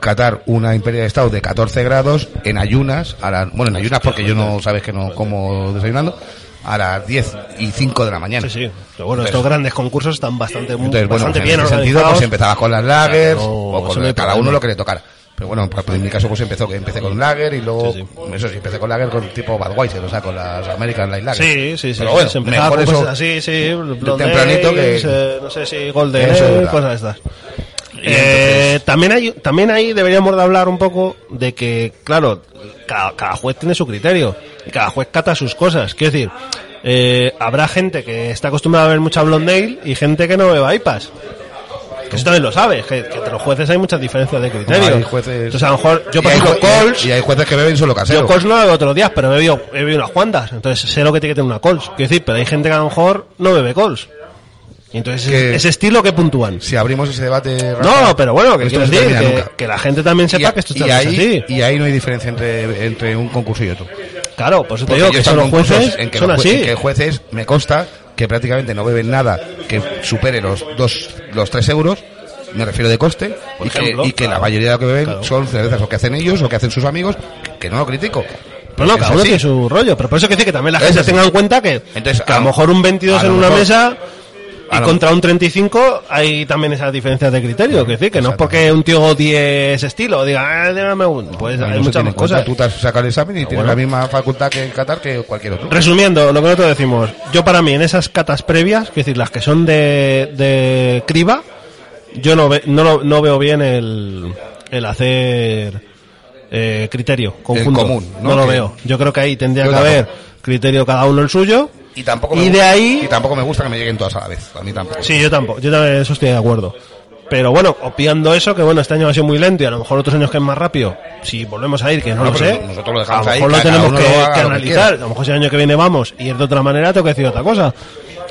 [SPEAKER 3] catar una Imperial Stout de 14 grados en ayunas, a la- bueno, en ayunas porque yo no sabes que no como desayunando, a las 10 y 5 de la mañana.
[SPEAKER 4] Sí, sí. Pero bueno,
[SPEAKER 3] Entonces-
[SPEAKER 4] estos grandes concursos están bastante,
[SPEAKER 3] Entonces, bueno,
[SPEAKER 4] bastante
[SPEAKER 3] pues, en
[SPEAKER 4] bien
[SPEAKER 3] ese sentido,
[SPEAKER 4] organizados.
[SPEAKER 3] pues empezabas con las lagers,
[SPEAKER 4] Claro,
[SPEAKER 3] o
[SPEAKER 4] eso
[SPEAKER 3] con
[SPEAKER 4] no hay
[SPEAKER 3] cada
[SPEAKER 4] problema.
[SPEAKER 3] uno lo que le tocara. Pero bueno, pues, en mi caso pues empezó que empecé con lager y luego, pues,
[SPEAKER 4] Sí,
[SPEAKER 3] eso sí, empecé con lager con tipo Budweiser, o sea, con las American Light Lager.
[SPEAKER 4] Sí, sí, sí.
[SPEAKER 3] ¿eh? Pero bueno,
[SPEAKER 4] se empezaba
[SPEAKER 3] mejor
[SPEAKER 4] con
[SPEAKER 3] eso,
[SPEAKER 4] cosas así, sí. blonde
[SPEAKER 3] tempranito que-
[SPEAKER 4] ales, eh, no sé si Golden
[SPEAKER 3] Eso es
[SPEAKER 4] Ale,
[SPEAKER 3] verdad.
[SPEAKER 4] cosas estas.
[SPEAKER 3] Y
[SPEAKER 4] Eh, también, hay, también ahí deberíamos de hablar un poco de que, claro, cada, cada juez tiene su criterio y cada juez cata sus cosas. Quiero decir, eh, habrá gente que está acostumbrada a ver mucha blonde ale y gente que no beba IPAs. Que eso también lo sabes, que, que entre los jueces hay muchas diferencias de criterio.
[SPEAKER 3] Hay jueces-
[SPEAKER 4] Entonces, a lo mejor, yo
[SPEAKER 3] y
[SPEAKER 4] por
[SPEAKER 3] hay
[SPEAKER 4] ejemplo,
[SPEAKER 3] jue- y hay-
[SPEAKER 4] Colts,
[SPEAKER 3] Y hay jueces que beben solo casero.
[SPEAKER 4] yo Cols no la bebo todos los días, pero he bebido, he bebido unas cuantas. Entonces sé lo que tiene que tener una Cols. Quiero decir, pero hay gente que a lo mejor no bebe Cols. Y entonces
[SPEAKER 3] Que-
[SPEAKER 4] ese estilo que puntúan.
[SPEAKER 3] si abrimos ese debate... Rafa,
[SPEAKER 4] No, pero bueno, que
[SPEAKER 3] esto
[SPEAKER 4] quiero
[SPEAKER 3] se
[SPEAKER 4] decir
[SPEAKER 3] termina
[SPEAKER 4] que,
[SPEAKER 3] nunca.
[SPEAKER 4] que la gente también sepa
[SPEAKER 3] Y a-
[SPEAKER 4] que esto
[SPEAKER 3] y
[SPEAKER 4] está así.
[SPEAKER 3] ahí, y ahí no hay diferencia entre, entre un concurso y otro.
[SPEAKER 4] Claro, por eso te
[SPEAKER 3] Porque
[SPEAKER 4] digo
[SPEAKER 3] yo
[SPEAKER 4] que
[SPEAKER 3] he
[SPEAKER 4] son
[SPEAKER 3] estado
[SPEAKER 4] los
[SPEAKER 3] en concursos
[SPEAKER 4] jueces,
[SPEAKER 3] en que
[SPEAKER 4] son
[SPEAKER 3] los jue-
[SPEAKER 4] así.
[SPEAKER 3] en que jueces me consta que prácticamente no beben nada que supere los dos, los tres euros, me refiero de coste,
[SPEAKER 4] Por
[SPEAKER 3] y, que-
[SPEAKER 4] ejemplo,
[SPEAKER 3] y que, la
[SPEAKER 4] claro.
[SPEAKER 3] mayoría de lo que beben
[SPEAKER 4] Claro.
[SPEAKER 3] son cervezas o que hacen ellos o que hacen sus amigos, que no lo critico.
[SPEAKER 4] No,
[SPEAKER 3] pero
[SPEAKER 4] no,
[SPEAKER 3] es
[SPEAKER 4] cada uno
[SPEAKER 3] así.
[SPEAKER 4] tiene su rollo. Pero por eso que decir que también la
[SPEAKER 3] Es
[SPEAKER 4] gente
[SPEAKER 3] así.
[SPEAKER 4] tenga en cuenta que,
[SPEAKER 3] Entonces,
[SPEAKER 4] que a
[SPEAKER 3] a
[SPEAKER 4] lo
[SPEAKER 3] lo-
[SPEAKER 4] mejor un 22
[SPEAKER 3] a
[SPEAKER 4] en
[SPEAKER 3] lo
[SPEAKER 4] una
[SPEAKER 3] mejor-
[SPEAKER 4] mesa y
[SPEAKER 3] a lo-
[SPEAKER 4] contra un 35 hay también esas diferencias de criterio. Que decir que no es
[SPEAKER 3] Exacto.
[SPEAKER 4] porque un tío 10 estilo diga, ah, dame un. Pues
[SPEAKER 3] No, no
[SPEAKER 4] hay
[SPEAKER 3] se
[SPEAKER 4] muchas
[SPEAKER 3] tiene
[SPEAKER 4] más
[SPEAKER 3] en cuenta.
[SPEAKER 4] cosas.
[SPEAKER 3] Tú te has sacado el examen y tienes
[SPEAKER 4] bueno.
[SPEAKER 3] la misma facultad que en Qatar que cualquier otro.
[SPEAKER 4] Resumiendo, lo que nosotros decimos, yo para mí en esas catas previas, que decir, las que son de, de criba, yo no, ve- no, lo- no veo bien el, el hacer eh, criterio conjunto.
[SPEAKER 3] común, ¿no?
[SPEAKER 4] lo
[SPEAKER 3] Que-
[SPEAKER 4] veo. Yo creo que ahí tendría
[SPEAKER 3] Yo
[SPEAKER 4] que
[SPEAKER 3] tampoco.
[SPEAKER 4] haber criterio cada uno el suyo.
[SPEAKER 3] Y tampoco
[SPEAKER 4] Y
[SPEAKER 3] me
[SPEAKER 4] de
[SPEAKER 3] gusta,
[SPEAKER 4] ahí-
[SPEAKER 3] y tampoco me gusta que me lleguen todas a la vez. A mí tampoco.
[SPEAKER 4] Sí, yo tampoco, yo también en eso estoy de acuerdo. Pero bueno, obviando eso, que bueno, este año ha sido muy lento y a lo mejor otros años que es más rápido, si volvemos a ir, que no,
[SPEAKER 3] No,
[SPEAKER 4] lo
[SPEAKER 3] Ah, pero
[SPEAKER 4] sé,
[SPEAKER 3] nosotros lo dejamos
[SPEAKER 4] a lo
[SPEAKER 3] ahí,
[SPEAKER 4] mejor lo
[SPEAKER 3] cada
[SPEAKER 4] tenemos
[SPEAKER 3] uno
[SPEAKER 4] que,
[SPEAKER 3] lo haga
[SPEAKER 4] que
[SPEAKER 3] lo que
[SPEAKER 4] analizar, a lo mejor si el año que viene vamos y es de otra manera, tengo que decir otra cosa.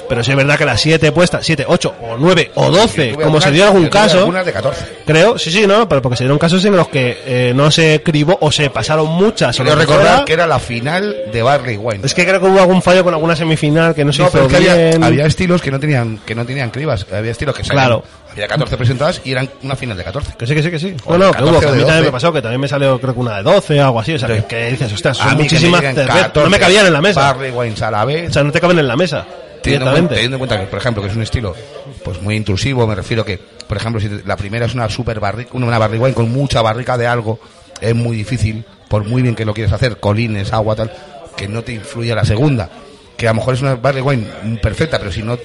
[SPEAKER 4] Pero si es verdad que las 7 puestas, 7, 8 o 9 o 12,
[SPEAKER 3] Yo tuve
[SPEAKER 4] como
[SPEAKER 3] algunas-
[SPEAKER 4] se dio en
[SPEAKER 3] yo
[SPEAKER 4] algún
[SPEAKER 3] tuve
[SPEAKER 4] caso,
[SPEAKER 3] Algunas de 14.
[SPEAKER 4] creo, sí, sí, no, pero porque se dieron casos en los que eh, no se cribó o se pasaron muchas. o
[SPEAKER 3] Quiero
[SPEAKER 4] lo que
[SPEAKER 3] recordar
[SPEAKER 4] fuera.
[SPEAKER 3] que era la final de Barley Wine.
[SPEAKER 4] Es que creo que hubo algún fallo con alguna semifinal que no se
[SPEAKER 3] No,
[SPEAKER 4] hizo
[SPEAKER 3] pero es que
[SPEAKER 4] bien.
[SPEAKER 3] había, había estilos que no tenían que no tenían cribas, había estilos que salían,
[SPEAKER 4] Claro.
[SPEAKER 3] había 14 presentadas y eran una final de 14.
[SPEAKER 4] Que sí, que sí, que sí.
[SPEAKER 3] O
[SPEAKER 4] no, no,
[SPEAKER 3] de
[SPEAKER 4] que hubo,
[SPEAKER 3] 14
[SPEAKER 4] que a
[SPEAKER 3] o de
[SPEAKER 4] mí también
[SPEAKER 3] 12.
[SPEAKER 4] me pasó, que también me salió creo que una de 12 o algo así. O sea, que, que dices, ostras, son Ah, muchísimas cervezas. No me cabían en la mesa.
[SPEAKER 3] Barley wines a la vez.
[SPEAKER 4] O sea, no te caben en la mesa.
[SPEAKER 3] Teniendo, en cuenta-
[SPEAKER 4] Directamente.
[SPEAKER 3] teniendo en cuenta que, por ejemplo, que es un estilo pues muy intrusivo, me refiero que, por ejemplo, si la primera es una super barrica, una barley wine con mucha barrica de algo, es muy difícil, por muy bien que lo quieras hacer, colines, agua, tal, que no te influya la segunda. Que a lo mejor es una barley wine perfecta, pero si no,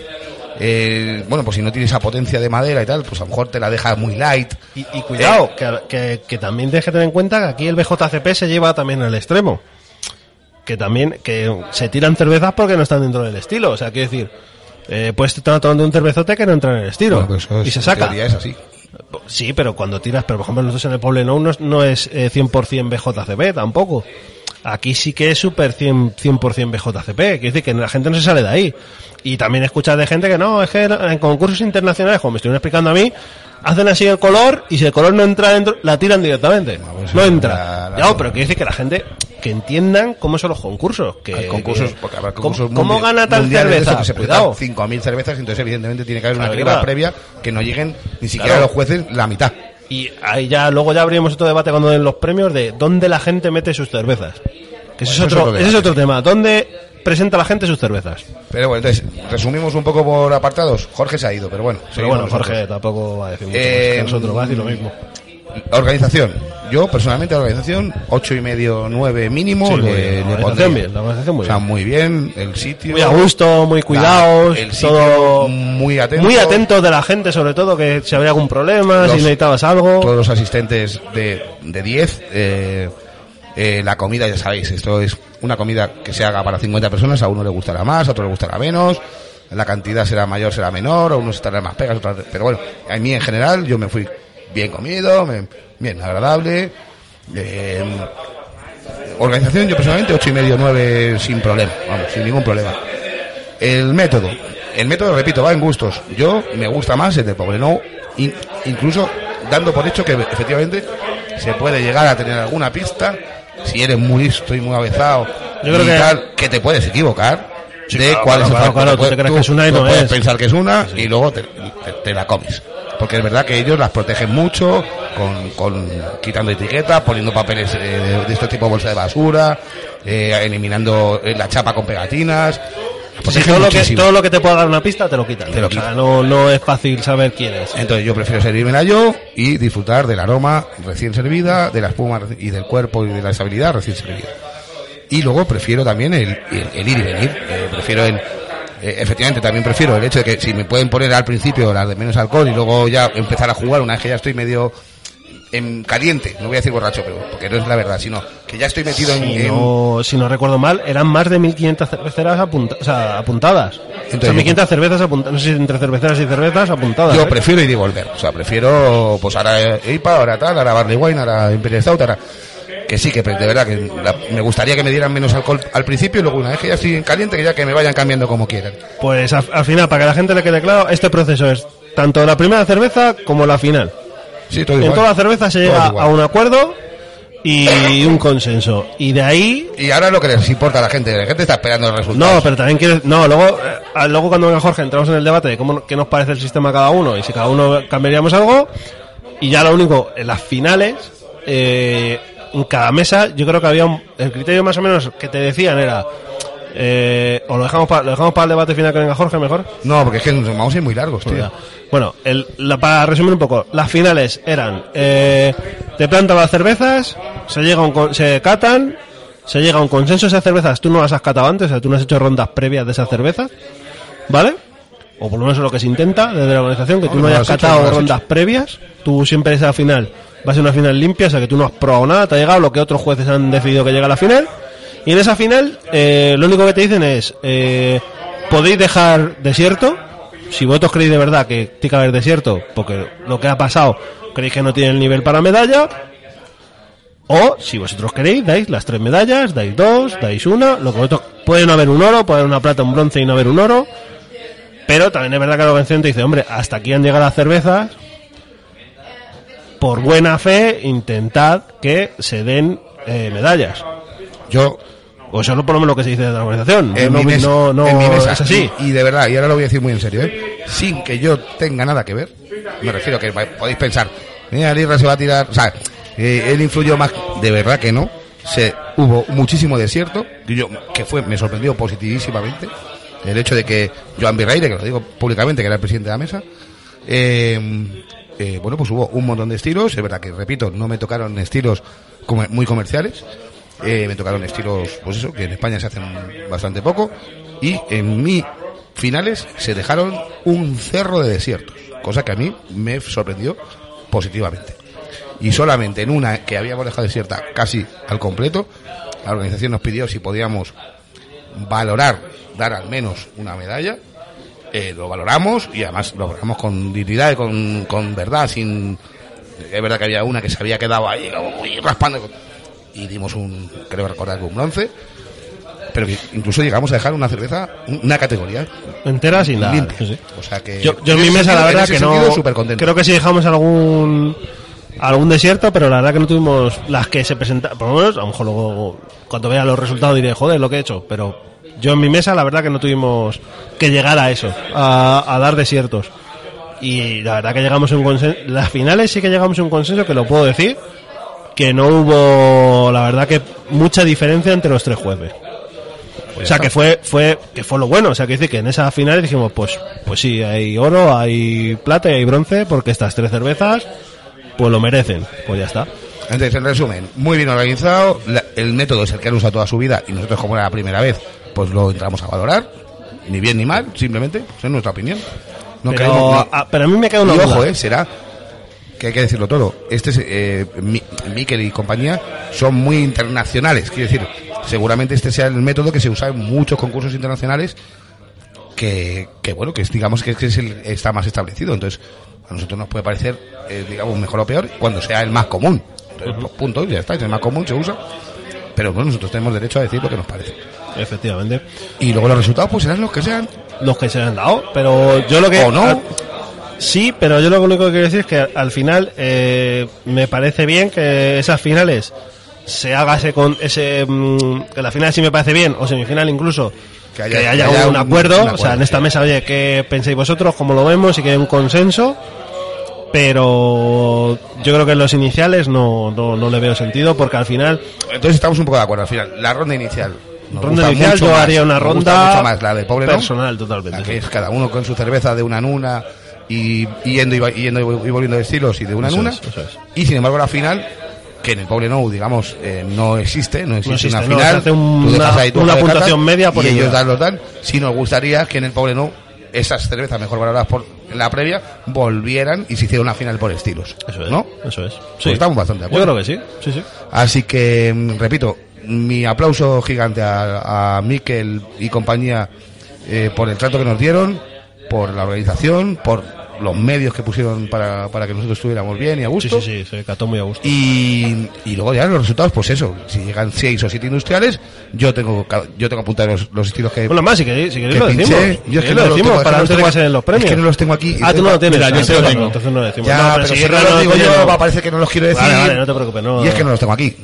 [SPEAKER 3] eh, bueno, pues si no tiene esa potencia de madera y tal, pues a lo mejor te la deja muy light.
[SPEAKER 4] Y, y cuidado,
[SPEAKER 3] Eh.
[SPEAKER 4] que, que- que también tienes que tener en cuenta que aquí el BJCP se lleva también al extremo. Que también que se tiran cervezas porque no están dentro del estilo. O sea, quiero decir, eh, puedes estar tomando un cervezote que no entra en el estilo.
[SPEAKER 3] Bueno, pues eso es-
[SPEAKER 4] y se
[SPEAKER 3] en
[SPEAKER 4] saca.
[SPEAKER 3] teoría es así.
[SPEAKER 4] Sí, pero cuando tiras, pero por ejemplo nosotros en el Poble No no, es- no es eh, 100% BJCP tampoco. Aquí sí que es súper 100%, 100% BJCP, quiere decir que la gente no se sale de ahí. Y también escuchas de gente que no, es que en concursos internacionales, como me estuvieron explicando a mí, hacen así el color y si el color no entra dentro, la tiran directamente. No,
[SPEAKER 3] pues,
[SPEAKER 4] entra.
[SPEAKER 3] la- la-
[SPEAKER 4] ya, pero quiere decir que la gente, que entiendan cómo son los concursos. Que,
[SPEAKER 3] Hay concursos,
[SPEAKER 4] que-
[SPEAKER 3] Eh, porque habrá
[SPEAKER 4] ¿cómo-
[SPEAKER 3] concursos
[SPEAKER 4] ¿Cómo,
[SPEAKER 3] mundi-
[SPEAKER 4] gana tal
[SPEAKER 3] mundiales de
[SPEAKER 4] cerveza? Pues
[SPEAKER 3] esos que se
[SPEAKER 4] Cuidado.
[SPEAKER 3] presentan 5.000 cervezas, entonces evidentemente tiene que haber una
[SPEAKER 4] Claro,
[SPEAKER 3] criba
[SPEAKER 4] claro.
[SPEAKER 3] previa que no lleguen ni siquiera
[SPEAKER 4] Claro.
[SPEAKER 3] los jueces la mitad.
[SPEAKER 4] Y ahí ya luego ya abrimos otro debate cuando den los premios de dónde la gente mete sus cervezas. Que ese es
[SPEAKER 3] Eso es Pues
[SPEAKER 4] otro,
[SPEAKER 3] otro
[SPEAKER 4] ese es
[SPEAKER 3] debate.
[SPEAKER 4] otro tema. ¿Dónde presenta la gente sus cervezas?
[SPEAKER 3] Pero bueno, entonces, resumimos un poco por apartados. Jorge se ha ido, pero bueno.
[SPEAKER 4] Pero
[SPEAKER 3] seguimos
[SPEAKER 4] bueno,
[SPEAKER 3] nosotros.
[SPEAKER 4] Jorge tampoco va a decir mucho
[SPEAKER 3] Eh,
[SPEAKER 4] más que nosotros, va a decir lo mismo.
[SPEAKER 3] Organización. Yo, personalmente, organización, ocho y medio, nueve mínimo.
[SPEAKER 4] Sí, muy
[SPEAKER 3] le-
[SPEAKER 4] bien,
[SPEAKER 3] le
[SPEAKER 4] la organización
[SPEAKER 3] pondría.
[SPEAKER 4] bien, la organización muy
[SPEAKER 3] O sea,
[SPEAKER 4] bien.
[SPEAKER 3] muy bien, el sitio.
[SPEAKER 4] Muy a gusto, muy cuidados,
[SPEAKER 3] el sitio
[SPEAKER 4] todo
[SPEAKER 3] muy atento.
[SPEAKER 4] muy atentos de la gente sobre todo, que si había algún problema,
[SPEAKER 3] Los-
[SPEAKER 4] si necesitabas algo.
[SPEAKER 3] todos los asistentes de de 10. eh, eh, la comida, ya sabéis, esto es una comida que se haga para 50 personas. A uno le gustará más, a otro le gustará menos. La cantidad será mayor, será menor. A unos estarán más pegas, otros- Pero bueno, a mí en general, yo me fui bien comido, me- bien agradable. eh, organización, yo personalmente, ocho y medio, 9 sin problema, vamos, sin ningún problema. El método. El método, repito, va en gustos. Yo me gusta más el de Poblenou, in- incluso dando por hecho que efectivamente se puede llegar a tener alguna pista si eres muy listo y muy avezado.
[SPEAKER 4] Yo creo
[SPEAKER 3] y
[SPEAKER 4] que-
[SPEAKER 3] tal, que te puedes equivocar
[SPEAKER 4] Sí,
[SPEAKER 3] de cuál es el
[SPEAKER 4] claro, claro, claro,
[SPEAKER 3] factor.
[SPEAKER 4] claro, tú
[SPEAKER 3] puedes-
[SPEAKER 4] te crees que es una y no
[SPEAKER 3] puedes
[SPEAKER 4] es.
[SPEAKER 3] pensar que es una y luego te, te- te la comes. porque es verdad que ellos las protegen mucho, con, con- quitando etiquetas, poniendo papeles eh, de, de este tipo de bolsa de basura, eh, eliminando eh, la chapa con pegatinas. Las
[SPEAKER 4] Si
[SPEAKER 3] protegen
[SPEAKER 4] todo, lo que,
[SPEAKER 3] muchísimo.
[SPEAKER 4] todo lo que te pueda dar una pista te lo quitan.
[SPEAKER 3] Te lo
[SPEAKER 4] O sea,
[SPEAKER 3] quitan.
[SPEAKER 4] no, no es fácil saber quién es.
[SPEAKER 3] Entonces yo prefiero servírmela yo y disfrutar del aroma recién servida, de la espuma reci- y del cuerpo y de la estabilidad recién servida. Y luego prefiero también el, el- el ir y venir. eh, prefiero el... eh, efectivamente, también prefiero el hecho de que si me pueden poner al principio las de menos alcohol y luego ya empezar a jugar una vez que ya estoy medio en caliente, no voy a decir borracho, pero porque no es la verdad, sino que ya estoy metido en-
[SPEAKER 4] Si
[SPEAKER 3] en,
[SPEAKER 4] no, si no recuerdo mal, eran más de 1500 cerveceras apunta- o sea, apuntadas. o
[SPEAKER 3] Entonces,
[SPEAKER 4] sea, 1500 cervezas apuntadas. No sé si entre cerveceras y cervezas apuntadas. ¿eh?
[SPEAKER 3] Yo prefiero ir y volver. O sea, prefiero, pues ahora IPA, ahora tal, ahora Barley Wine, ahora Imperial Stout, ahora... Que sí, que de verdad, que la- me gustaría que me dieran menos alcohol al principio y luego una vez que ya estoy en caliente, que ya que me vayan cambiando como quieran.
[SPEAKER 4] Pues al, al final, para que a la gente le quede claro, este proceso es tanto la primera cerveza como la final.
[SPEAKER 3] Sí, todo
[SPEAKER 4] En
[SPEAKER 3] igual.
[SPEAKER 4] toda la cerveza se
[SPEAKER 3] Todo
[SPEAKER 4] llega
[SPEAKER 3] igual.
[SPEAKER 4] a un acuerdo y un consenso. Y de ahí.
[SPEAKER 3] Y ahora lo que les importa a la gente, la gente está esperando el resultado.
[SPEAKER 4] No, pero también quieres. No, luego, eh, ah, luego cuando venga Jorge entramos en el debate de cómo, qué nos parece el sistema a cada uno y si cada uno cambiaríamos algo. Y ya lo único, en las finales, eh, en cada mesa, yo creo que había un, el criterio más o menos que te decían era. eh, o lo dejamos, pa- lo dejamos para el debate final que venga Jorge mejor.
[SPEAKER 3] No, porque es que nos vamos a ir muy largos, tío.
[SPEAKER 4] Ya. Bueno, el- la- para resumir un poco, las finales eran, eh, te plantan las cervezas, se llega a un con- se catan, se llega a un consenso esas cervezas, tú no las has catado antes, o sea, tú no has hecho rondas previas de esas cervezas, ¿vale? O por lo menos es lo que se intenta desde la organización, que
[SPEAKER 3] No,
[SPEAKER 4] tú
[SPEAKER 3] no
[SPEAKER 4] no hayas
[SPEAKER 3] las has hecho,
[SPEAKER 4] catado
[SPEAKER 3] no las has
[SPEAKER 4] rondas previas, tú siempre esa final va a ser una final limpia, o sea que tú no has probado nada, te ha llegado lo que otros jueces han decidido que llega a la final, y en esa final eh, lo único que te dicen es, eh, podéis dejar desierto, si vosotros creéis de verdad que tiene que haber desierto, porque lo que ha pasado creéis que no tiene el nivel para medalla, o, si vosotros queréis, dais las tres medallas, dais dos, dais una, lo que vosotros... Puede no haber un oro, puede haber una plata, un bronce y no haber un oro, pero también es verdad que la organización te dice, hombre, hasta aquí han llegado las cervezas, por buena fe, intentad que se den eh, medallas.
[SPEAKER 3] Yo
[SPEAKER 4] O eso es por lo menos lo que se dice de la organización.
[SPEAKER 3] en
[SPEAKER 4] no,
[SPEAKER 3] mi mes-
[SPEAKER 4] no, no
[SPEAKER 3] en mi mesa.
[SPEAKER 4] es así.
[SPEAKER 3] Y, y de verdad, y ahora lo voy a decir muy en serio, ¿eh? sin que yo tenga nada que ver, me refiero a que va- podéis pensar, mira, Lirra se va a tirar, o sea, eh, él influyó más, de verdad que no, se, hubo muchísimo desierto, que, yo, que fue, me sorprendió positivísimamente el hecho de que Joan Virreire, que lo digo públicamente, que era el presidente de la mesa, eh, eh, bueno, pues hubo un montón de estilos. Es verdad que, repito, no me tocaron estilos como- muy comerciales. Eh, me tocaron estilos, pues eso, que en España se hacen bastante poco. Y en mi finales se dejaron un cerro de desiertos, cosa que a mí me sorprendió positivamente. Y solamente en una que habíamos dejado desierta casi al completo, la organización nos pidió si podíamos valorar, dar al menos una medalla eh, lo valoramos y además lo valoramos con dignidad y con, con verdad, sin... Es verdad que había una que se había quedado ahí como muy raspando y dimos un, creo recordar que un bronce, pero que incluso llegamos a dejar una cerveza, una categoría
[SPEAKER 4] Entera sin nada.
[SPEAKER 3] limpia.
[SPEAKER 4] sí, sí.
[SPEAKER 3] O sea que
[SPEAKER 4] Yo, yo en mi
[SPEAKER 3] ese
[SPEAKER 4] mesa,
[SPEAKER 3] sentido-
[SPEAKER 4] la
[SPEAKER 3] en
[SPEAKER 4] verdad
[SPEAKER 3] ese
[SPEAKER 4] que no.
[SPEAKER 3] sentido, súper contento.
[SPEAKER 4] Creo que sí dejamos algún algún desierto, pero la verdad que no tuvimos las que se presentaron. Por lo menos, a lo mejor luego, cuando vea los resultados, diré, joder, lo que he hecho. Pero yo en mi mesa, la verdad que no tuvimos que llegar a eso, a, a dar desiertos. Y la verdad que llegamos a un consenso. Las finales sí que llegamos a un consenso, que lo puedo decir, que no hubo, la verdad que mucha diferencia entre los tres jueves.
[SPEAKER 3] Pues
[SPEAKER 4] O sea, que fue, fue, que fue lo bueno. O sea, que dice que en esa final dijimos, pues, pues sí, hay oro, hay plata y hay bronce, porque estas tres cervezas, pues lo merecen. Pues ya está.
[SPEAKER 3] Entonces, en resumen, muy bien organizado, la- el método es el que han usado toda su vida y nosotros como era la primera vez, pues lo entramos a valorar, ni bien ni mal, simplemente, pues, es nuestra opinión. No
[SPEAKER 4] pero,
[SPEAKER 3] queremos- no-
[SPEAKER 4] ah, pero a mí me queda una
[SPEAKER 3] y
[SPEAKER 4] duda.
[SPEAKER 3] ojo, eh, será que hay que decirlo todo. Este es, eh, Mi- Mikel y compañía son muy internacionales. Quiero decir, seguramente este sea el método que se usa en muchos concursos internacionales. Que, que, bueno, que es, digamos que es, que es el- está más establecido. Entonces, a nosotros nos puede parecer, eh, digamos, mejor o peor cuando sea el más común. Entonces, pues, punto, ya está. Es el más común, se usa. Pero bueno, nosotros tenemos derecho a decir lo que nos parece.
[SPEAKER 4] Efectivamente.
[SPEAKER 3] Y luego los resultados, pues serán los que sean.
[SPEAKER 4] Los que se han dado, pero yo lo que.
[SPEAKER 3] O no.
[SPEAKER 4] al- sí, pero yo lo único que quiero decir es que al- al final, eh, me parece bien que esas finales se haga ese con ese mm, que la final sí me parece bien o semifinal incluso
[SPEAKER 3] Que haya-
[SPEAKER 4] que haya,
[SPEAKER 3] que haya
[SPEAKER 4] un,
[SPEAKER 3] un-
[SPEAKER 4] acuerdo,
[SPEAKER 3] un
[SPEAKER 4] o sea
[SPEAKER 3] acuerdo,
[SPEAKER 4] en esta mesa oye qué pensáis vosotros cómo lo vemos y que hay un consenso Pero yo creo que en los iniciales no, no, no le veo sentido porque al final
[SPEAKER 3] Entonces estamos un poco de acuerdo al final. La ronda inicial. Nos
[SPEAKER 4] ronda
[SPEAKER 3] gusta
[SPEAKER 4] inicial
[SPEAKER 3] mucho
[SPEAKER 4] yo
[SPEAKER 3] más,
[SPEAKER 4] haría una
[SPEAKER 3] nos gusta
[SPEAKER 4] ronda
[SPEAKER 3] mucho más la de pobre ¿no?
[SPEAKER 4] personal
[SPEAKER 3] La
[SPEAKER 4] totalmente.
[SPEAKER 3] que es cada uno con su cerveza de una en una y y yendo y, va- y yendo y volviendo de estilos y de una en
[SPEAKER 4] Eso
[SPEAKER 3] una.
[SPEAKER 4] es, eso es.
[SPEAKER 3] Y sin embargo la final, que en el Pobre No, digamos, eh, no existe, no existe,
[SPEAKER 4] existe,
[SPEAKER 3] una
[SPEAKER 4] no,
[SPEAKER 3] final.
[SPEAKER 4] se hace un-
[SPEAKER 3] tú dejas ahí tu
[SPEAKER 4] una
[SPEAKER 3] hoja de cartas
[SPEAKER 4] puntuación media por
[SPEAKER 3] y ellos
[SPEAKER 4] idea.
[SPEAKER 3] dan los dan. Si nos gustaría que en el Pobre No esas cervezas mejor valoradas por la previa volvieran y se hiciera una final por estilos.
[SPEAKER 4] Eso es.
[SPEAKER 3] ¿No?
[SPEAKER 4] Eso es.
[SPEAKER 3] Pues estamos bastante de
[SPEAKER 4] Yo
[SPEAKER 3] acuerdo.
[SPEAKER 4] creo que sí. Sí, sí.
[SPEAKER 3] Así que, mm, repito, mi aplauso gigante a, a Miquel y compañía eh, por el trato que nos dieron, por la organización, por los medios que pusieron para, para que nosotros estuviéramos bien y a
[SPEAKER 4] Sí,
[SPEAKER 3] gusto.
[SPEAKER 4] sí, sí, se cató muy a gusto.
[SPEAKER 3] Y, y luego ya los resultados, pues eso, si llegan seis o siete industriales, yo tengo ca- yo tengo apuntados los, los estilos que,
[SPEAKER 4] Bueno, más, si queréis, si queréis
[SPEAKER 3] que
[SPEAKER 4] lo
[SPEAKER 3] pinché.
[SPEAKER 4] decimos. Si
[SPEAKER 3] Yo es que
[SPEAKER 4] queréis
[SPEAKER 3] no
[SPEAKER 4] lo
[SPEAKER 3] los
[SPEAKER 4] decimos
[SPEAKER 3] tengo, es que
[SPEAKER 4] para
[SPEAKER 3] no
[SPEAKER 4] no
[SPEAKER 3] los
[SPEAKER 4] tener
[SPEAKER 3] tengo-
[SPEAKER 4] que hacer en los premios.
[SPEAKER 3] Es que no los tengo aquí.
[SPEAKER 4] Ah, tú no lo tienes.
[SPEAKER 2] Mira, yo
[SPEAKER 4] Ah,
[SPEAKER 2] sí lo
[SPEAKER 4] entonces
[SPEAKER 2] tengo.
[SPEAKER 4] no, Entonces no lo decimos.
[SPEAKER 3] Ya,
[SPEAKER 4] no,
[SPEAKER 3] pero, si
[SPEAKER 4] yo
[SPEAKER 3] yo no los digo yo, va, parece que no los quiero decir.
[SPEAKER 4] Vale, vale, no te preocupes, no-
[SPEAKER 3] y es que no los tengo aquí.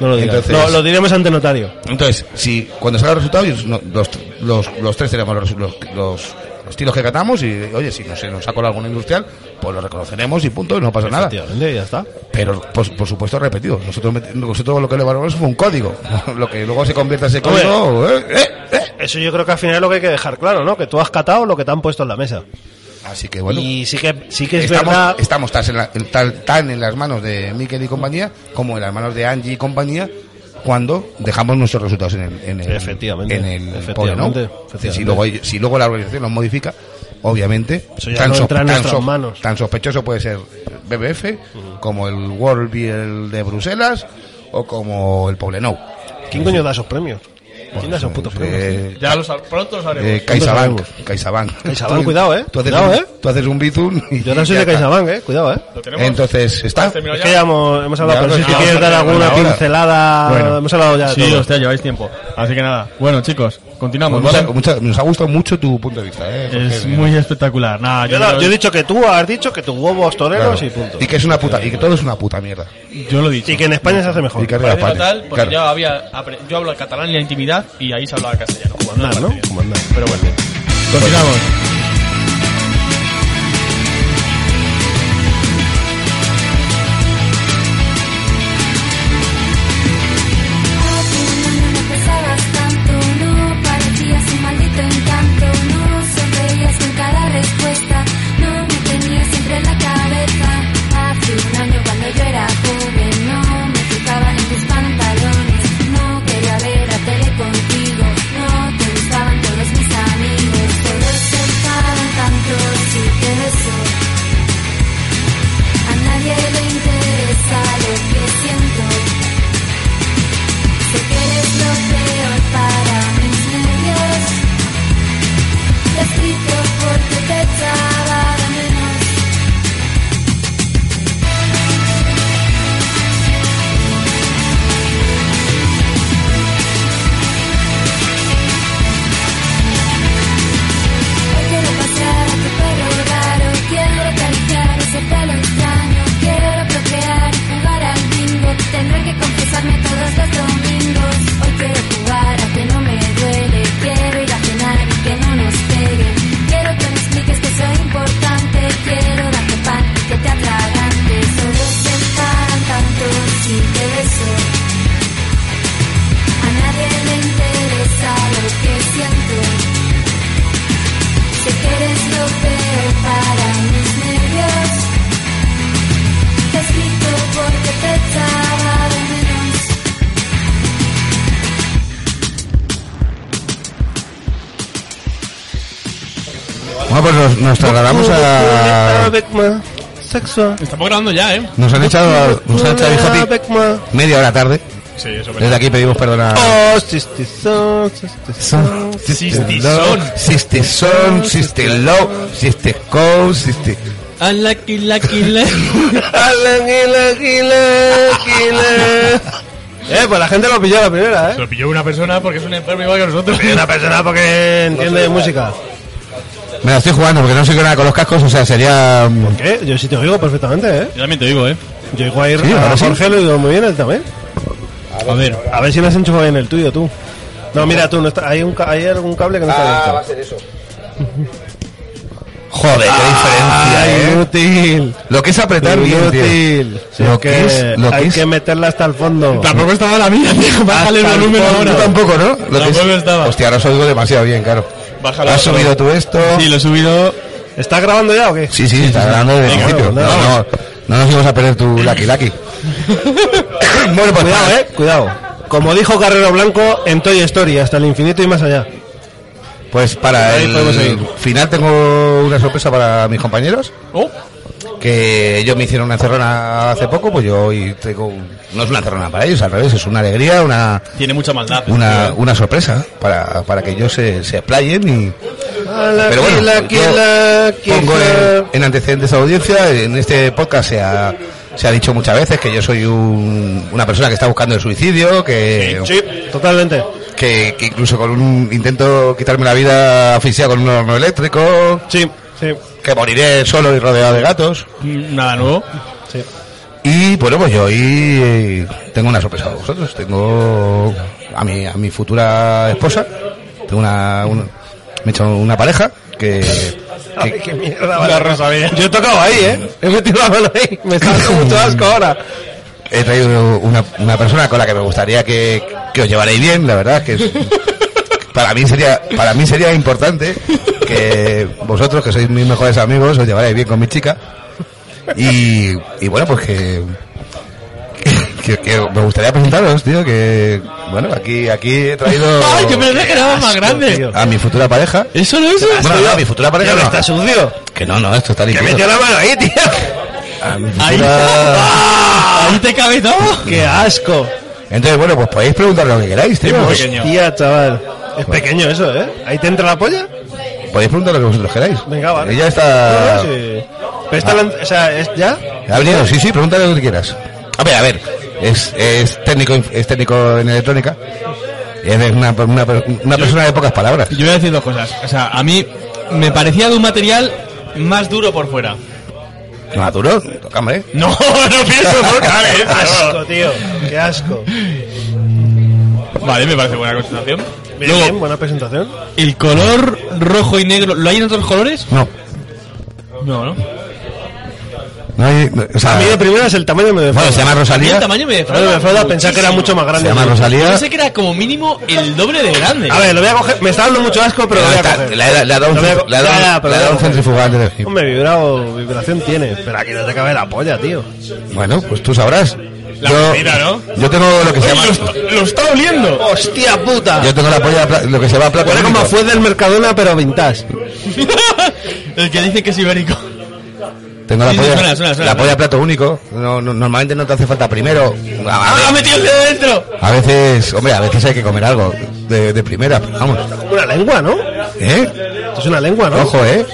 [SPEAKER 4] No lo digas.
[SPEAKER 3] Entonces-
[SPEAKER 4] No, lo diremos ante notario.
[SPEAKER 3] Entonces, si cuando salgan los resultados, no- los, los, los tres tenemos los, los, los estilos que catamos y, oye, si no se nos ha colado alguna industrial, pues lo reconoceremos y punto, y no pasa nada.
[SPEAKER 4] Efectivamente, ya está.
[SPEAKER 3] Pero, pues, por supuesto, repetido, nosotros, met- nosotros lo que le valoramos fue un código. Lo que luego se convierta ese
[SPEAKER 4] Hombre.
[SPEAKER 3] código... eh, eh, eh.
[SPEAKER 4] Eso yo creo que al final es lo que hay que dejar claro, ¿no? Que tú has catado lo que te han puesto en la mesa.
[SPEAKER 3] Así que, bueno...
[SPEAKER 4] y sí que, sí que es
[SPEAKER 3] estamos,
[SPEAKER 4] verdad.
[SPEAKER 3] estamos tan, en la- en tal- tan en las manos de Miquel y compañía como en las manos de Angie y compañía cuando dejamos nuestros resultados en el, en el-
[SPEAKER 4] Efectivamente,
[SPEAKER 3] en el
[SPEAKER 4] efectivamente,
[SPEAKER 3] pobre, ¿no?
[SPEAKER 4] efectivamente.
[SPEAKER 3] Si, luego, si luego la organización los modifica, obviamente
[SPEAKER 4] Eso ya no entra en nuestras manos.
[SPEAKER 3] tan sospechoso puede ser BBF como el World Beer de Bruselas o como el Poble Nou. Pues,
[SPEAKER 4] ¿Quién coño da esos premios? ¿Quién da esos putos premios?
[SPEAKER 3] Eh,
[SPEAKER 2] Ya lo sab- pronto lo sabremos.
[SPEAKER 3] eh, CaixaBank,
[SPEAKER 4] sabemos?
[SPEAKER 3] CaixaBank.
[SPEAKER 4] CaixaBank,
[SPEAKER 3] Tú-
[SPEAKER 4] cuidado, eh.
[SPEAKER 3] Tú haces,
[SPEAKER 4] Cuidado,
[SPEAKER 3] un,
[SPEAKER 4] eh.
[SPEAKER 3] tú haces un bizum y
[SPEAKER 4] Yo ahora soy
[SPEAKER 3] ya
[SPEAKER 4] de
[SPEAKER 3] está.
[SPEAKER 4] CaixaBank, eh. Cuidado, eh.
[SPEAKER 2] ¿Lo tenemos?
[SPEAKER 3] Entonces, está.
[SPEAKER 2] ¿Has terminado
[SPEAKER 4] Es
[SPEAKER 2] ya?
[SPEAKER 4] que ya hemos, hemos hablado,
[SPEAKER 3] Ya,
[SPEAKER 4] pero
[SPEAKER 3] pues,
[SPEAKER 4] si es que
[SPEAKER 3] ya,
[SPEAKER 4] quieres
[SPEAKER 3] ya,
[SPEAKER 4] dar
[SPEAKER 3] ya,
[SPEAKER 4] alguna
[SPEAKER 3] ya, ya.
[SPEAKER 4] pincelada,
[SPEAKER 3] Bueno.
[SPEAKER 4] hemos hablado ya de
[SPEAKER 2] Sí,
[SPEAKER 4] todo.
[SPEAKER 2] hostia, lleváis tiempo. Así que nada. Bueno, chicos, continuamos.
[SPEAKER 3] Pues
[SPEAKER 2] ¿vale? pues,
[SPEAKER 3] mucha- mucha- nos ha gustado mucho tu punto de vista, ¿eh?
[SPEAKER 2] Es
[SPEAKER 3] Jorge?
[SPEAKER 2] muy espectacular. Nada, yo,
[SPEAKER 4] Yo, no-
[SPEAKER 2] lo-
[SPEAKER 4] yo he dicho que tú has dicho que tus huevos
[SPEAKER 3] Claro.
[SPEAKER 4] toreros y punto.
[SPEAKER 3] Y que es una puta, y que todo es una puta mierda.
[SPEAKER 2] yo lo he dicho.
[SPEAKER 4] Y que en España se hace mejor.
[SPEAKER 3] Y que arriba
[SPEAKER 2] Parece
[SPEAKER 3] parte.
[SPEAKER 2] fatal,
[SPEAKER 4] pues
[SPEAKER 2] porque
[SPEAKER 3] Claro.
[SPEAKER 2] yo, había, apre- yo hablo catalán en la intimidad y ahí se hablaba castellano.
[SPEAKER 4] Como andar, ¿no? Pues Como andar.
[SPEAKER 2] Pero bueno, continuamos.
[SPEAKER 5] A ti no me pesabas tanto, no parecías un maldito encanto, no sonreías con cada respuesta, no me tenías siempre en la cabeza. Hace un año cuando yo era joven, no me fijaba en tus pantalones, no quería ver la tele contigo, no te gustaban todos mis amigos, todos se gustaban tanto, sí que eso. A nadie le interesa lo que siento. Sé que eres lo peor para mis nervios. Te he escrito porque te echaba de menos. Hoy quiero pasear a tu perro raro, quiero acariciar ese pelo extraño, quiero procrear y jugar al bingo, tendré que confesarme todos los domingos. Hoy quiero jugar a que no me duele, quiero ir a cenar y que no nos peguen, quiero que me expliques que soy importante, quiero darte pan y que te atragantes, solo se paran tanto si te beso. A nadie le interesa lo que siento. Sé que eres lo peor para mis nervios. Te he escrito porque te echaba de menos.
[SPEAKER 3] Bueno, pues nos, nos trasladamos a.
[SPEAKER 4] Sexo.
[SPEAKER 2] Estamos grabando ya, ¿eh?
[SPEAKER 3] Nos han echado. Nos han echado
[SPEAKER 4] Hola,
[SPEAKER 3] Bijotti
[SPEAKER 4] Beckman.
[SPEAKER 3] media hora tarde.
[SPEAKER 2] Sí, eso
[SPEAKER 3] Desde aquí pedimos perdón a.
[SPEAKER 4] Oh, sistison, sistison.
[SPEAKER 2] Sistison.
[SPEAKER 3] Sistison, Sistelo, Sisteco, Siste.
[SPEAKER 2] Unlucky, Ah, lucky, lucky.
[SPEAKER 4] Ala, gila, gila, gila. Eh, pues la gente lo pilló a la primera,
[SPEAKER 2] Se
[SPEAKER 4] eh.
[SPEAKER 2] lo pilló una persona porque es un enfermo igual que nosotros.
[SPEAKER 4] Una persona porque entiende de música.
[SPEAKER 3] Me la estoy jugando porque no sé qué nada con los cascos, o sea, sería. mm,
[SPEAKER 4] ¿Qué? Yo sí te oigo perfectamente, eh.
[SPEAKER 2] Yo también te digo, ¿eh?
[SPEAKER 4] Yo oigo ahí
[SPEAKER 3] Sí, ahora
[SPEAKER 4] a
[SPEAKER 3] sí.
[SPEAKER 4] Jorge lo oigo muy bien él también.
[SPEAKER 2] A ver.
[SPEAKER 4] A ver si lo has enchufado bien el tuyo, tú.
[SPEAKER 2] Ah,
[SPEAKER 4] No, mira, tú, no está, hay, un, ca- hay algún cable que no está abierto.
[SPEAKER 3] ser eso. Joder, qué diferencia,
[SPEAKER 4] Ay,
[SPEAKER 3] ¿eh?
[SPEAKER 4] Inútil.
[SPEAKER 3] Lo que es apretar bien, tío.
[SPEAKER 4] Inútil. Si
[SPEAKER 3] Lo
[SPEAKER 4] es
[SPEAKER 3] que es- lo
[SPEAKER 4] hay
[SPEAKER 3] que es-
[SPEAKER 4] que meterla hasta el fondo.
[SPEAKER 2] Tampoco estaba la mía, tío. Bájale el
[SPEAKER 4] Hasta el
[SPEAKER 2] volumen
[SPEAKER 4] fondo.
[SPEAKER 2] ahora.
[SPEAKER 3] Yo tampoco, ¿no? Lo que es-
[SPEAKER 2] Tampoco estaba.
[SPEAKER 3] Hostia, ahora os oigo demasiado bien, claro.
[SPEAKER 2] Bájalo.
[SPEAKER 3] ¿Has subido tú esto?
[SPEAKER 2] Sí, lo he subido.
[SPEAKER 4] ¿Estás grabando ya o qué?
[SPEAKER 3] Sí, sí, está grabando desde el
[SPEAKER 4] Venga,
[SPEAKER 3] principio.
[SPEAKER 4] bueno,
[SPEAKER 3] No,
[SPEAKER 4] nada.
[SPEAKER 3] no, no nos íbamos a perder tu Lucky Lucky. bueno, pues
[SPEAKER 4] Cuidado,
[SPEAKER 3] para-
[SPEAKER 4] eh. Cuidado. Como dijo Carrero Blanco en Toy Story, hasta el infinito y más allá.
[SPEAKER 3] Pues para
[SPEAKER 4] Ahí podemos
[SPEAKER 3] el
[SPEAKER 4] seguir.
[SPEAKER 3] final tengo una sorpresa para mis compañeros,
[SPEAKER 2] Oh,
[SPEAKER 3] que ellos me hicieron una cerrona hace poco, pues yo hoy tengo... un- No es una cerrona para ellos, al revés, es una alegría, una...
[SPEAKER 2] tiene mucha maldad.
[SPEAKER 3] Una, una sorpresa para, para que ellos se, se explayen y... Pero bueno, yo pongo en, en antecedentes a la audiencia, en este podcast se ha, se ha dicho muchas veces que yo soy un- una persona que está buscando el suicidio, que,
[SPEAKER 4] Sí, totalmente.
[SPEAKER 3] que, que incluso con un intento quitarme la vida asfixiado con un horno eléctrico,
[SPEAKER 4] Sí, sí,
[SPEAKER 3] que moriré solo y rodeado de gatos.
[SPEAKER 2] Mm, Nada nuevo.
[SPEAKER 4] sí.
[SPEAKER 3] Y bueno, pues yo hoy eh, tengo una sorpresa para vosotros. Tengo a mi, a mi futura esposa, tengo una, un- me he hecho una pareja que... que-
[SPEAKER 4] qué mierda, vale. Yo he tocado ahí, ¿eh? He metido la mano ahí. Me está dando mucho asco ahora.
[SPEAKER 3] He traído una, una persona con la que me gustaría que, que os llevaréis bien, la verdad que es- para mí sería para mí sería importante que vosotros que sois mis mejores amigos os llevaréis bien con mi chica y, y bueno pues que, que, que me gustaría presentaros tío que bueno aquí aquí he traído
[SPEAKER 2] ¡Ay, yo pensé que era más grande!
[SPEAKER 4] tío.
[SPEAKER 3] a mi futura pareja
[SPEAKER 2] ¿Eso no es?
[SPEAKER 3] bueno no, a mi futura pareja
[SPEAKER 4] Pero
[SPEAKER 3] no.
[SPEAKER 4] está sucio.
[SPEAKER 3] que no no esto está limpio
[SPEAKER 4] metió la mano ahí, tío.
[SPEAKER 3] A mi
[SPEAKER 2] Ahí,
[SPEAKER 3] futura-
[SPEAKER 2] Ah, ahí te cabe todo.
[SPEAKER 4] Qué asco.
[SPEAKER 3] entonces bueno pues podéis preguntar lo que queráis tío
[SPEAKER 2] muy
[SPEAKER 3] Pues,
[SPEAKER 2] pequeño.
[SPEAKER 4] Tía, chaval. Es pequeño eso, ¿eh? Ahí te entra la polla.
[SPEAKER 3] Podéis preguntar lo que vosotros queráis.
[SPEAKER 4] Venga, vale.
[SPEAKER 3] Ella
[SPEAKER 4] No,
[SPEAKER 3] está.
[SPEAKER 4] no, sí. Pero esta la- o sea, es ya.
[SPEAKER 3] Ha venido, sí, sí, pregúntale lo que quieras. A ver, a ver. Es, es técnico es técnico en electrónica. Es una, una, una persona de pocas palabras.
[SPEAKER 2] Yo voy a decir dos cosas. O sea, a mí me parecía de un material más duro por fuera.
[SPEAKER 3] No, duro, toca, hombre.
[SPEAKER 2] No, no pienso por
[SPEAKER 4] Asco, tío. Qué asco.
[SPEAKER 2] Vale, me parece buena constatación.
[SPEAKER 4] Bien, bien,
[SPEAKER 2] Luego,
[SPEAKER 4] buena presentación.
[SPEAKER 2] el color rojo y negro, ¿lo hay en otros colores?
[SPEAKER 3] No.
[SPEAKER 2] No, ¿no?
[SPEAKER 3] no hay, no, o sea,
[SPEAKER 4] A mí de primeras el tamaño me
[SPEAKER 3] bueno,
[SPEAKER 4] defrauda.
[SPEAKER 3] Ah. se llama
[SPEAKER 2] A mí el
[SPEAKER 3] Rosalía.
[SPEAKER 2] tamaño me
[SPEAKER 4] Claro,
[SPEAKER 2] defrauda.
[SPEAKER 4] me defrauda pensar que era mucho más
[SPEAKER 3] Se
[SPEAKER 4] grande.
[SPEAKER 3] llama
[SPEAKER 2] Yo
[SPEAKER 3] Rosalía.
[SPEAKER 2] sé que era como mínimo el doble de grande.
[SPEAKER 4] A ver, lo voy a coger. Me está dando mucho asco, pero lo voy a
[SPEAKER 3] Está-
[SPEAKER 4] coger.
[SPEAKER 3] Le ha le ha dado un
[SPEAKER 4] Lo voy a
[SPEAKER 3] centri-
[SPEAKER 4] co-
[SPEAKER 3] le ha
[SPEAKER 4] Ya, ya,
[SPEAKER 3] dado-
[SPEAKER 4] pero
[SPEAKER 3] le ha
[SPEAKER 4] lo voy a
[SPEAKER 3] dado un
[SPEAKER 4] coger.
[SPEAKER 3] centrifugante de
[SPEAKER 4] Hombre, vibrado, vibración tiene, pero aquí no te cabe la polla, tío.
[SPEAKER 3] Bueno, pues tú sabrás.
[SPEAKER 2] La mentira, ¿no?
[SPEAKER 3] Yo tengo lo que se llama.
[SPEAKER 2] está oliendo!
[SPEAKER 4] ¡Hostia puta!
[SPEAKER 3] Yo tengo la polla, pla- lo que se llama plato.
[SPEAKER 4] Huele como
[SPEAKER 3] único.
[SPEAKER 4] fue del Mercadona, pero vintage.
[SPEAKER 2] el que dice que es ibérico.
[SPEAKER 3] Tengo la
[SPEAKER 2] Sí, sí,
[SPEAKER 3] polla,
[SPEAKER 2] suena, suena, suena,
[SPEAKER 3] la
[SPEAKER 2] suena.
[SPEAKER 3] polla plato único. No, no- normalmente no te hace falta primero. A,
[SPEAKER 2] ¡Ah,
[SPEAKER 3] a-
[SPEAKER 2] ha metido el dedo dentro!
[SPEAKER 3] a veces, hombre, a veces hay que comer algo de, de primera, pero vamos.
[SPEAKER 4] Una lengua, ¿no?
[SPEAKER 3] ¿Eh?
[SPEAKER 4] Esto es una lengua, ¿no?
[SPEAKER 3] Ojo, ¿eh?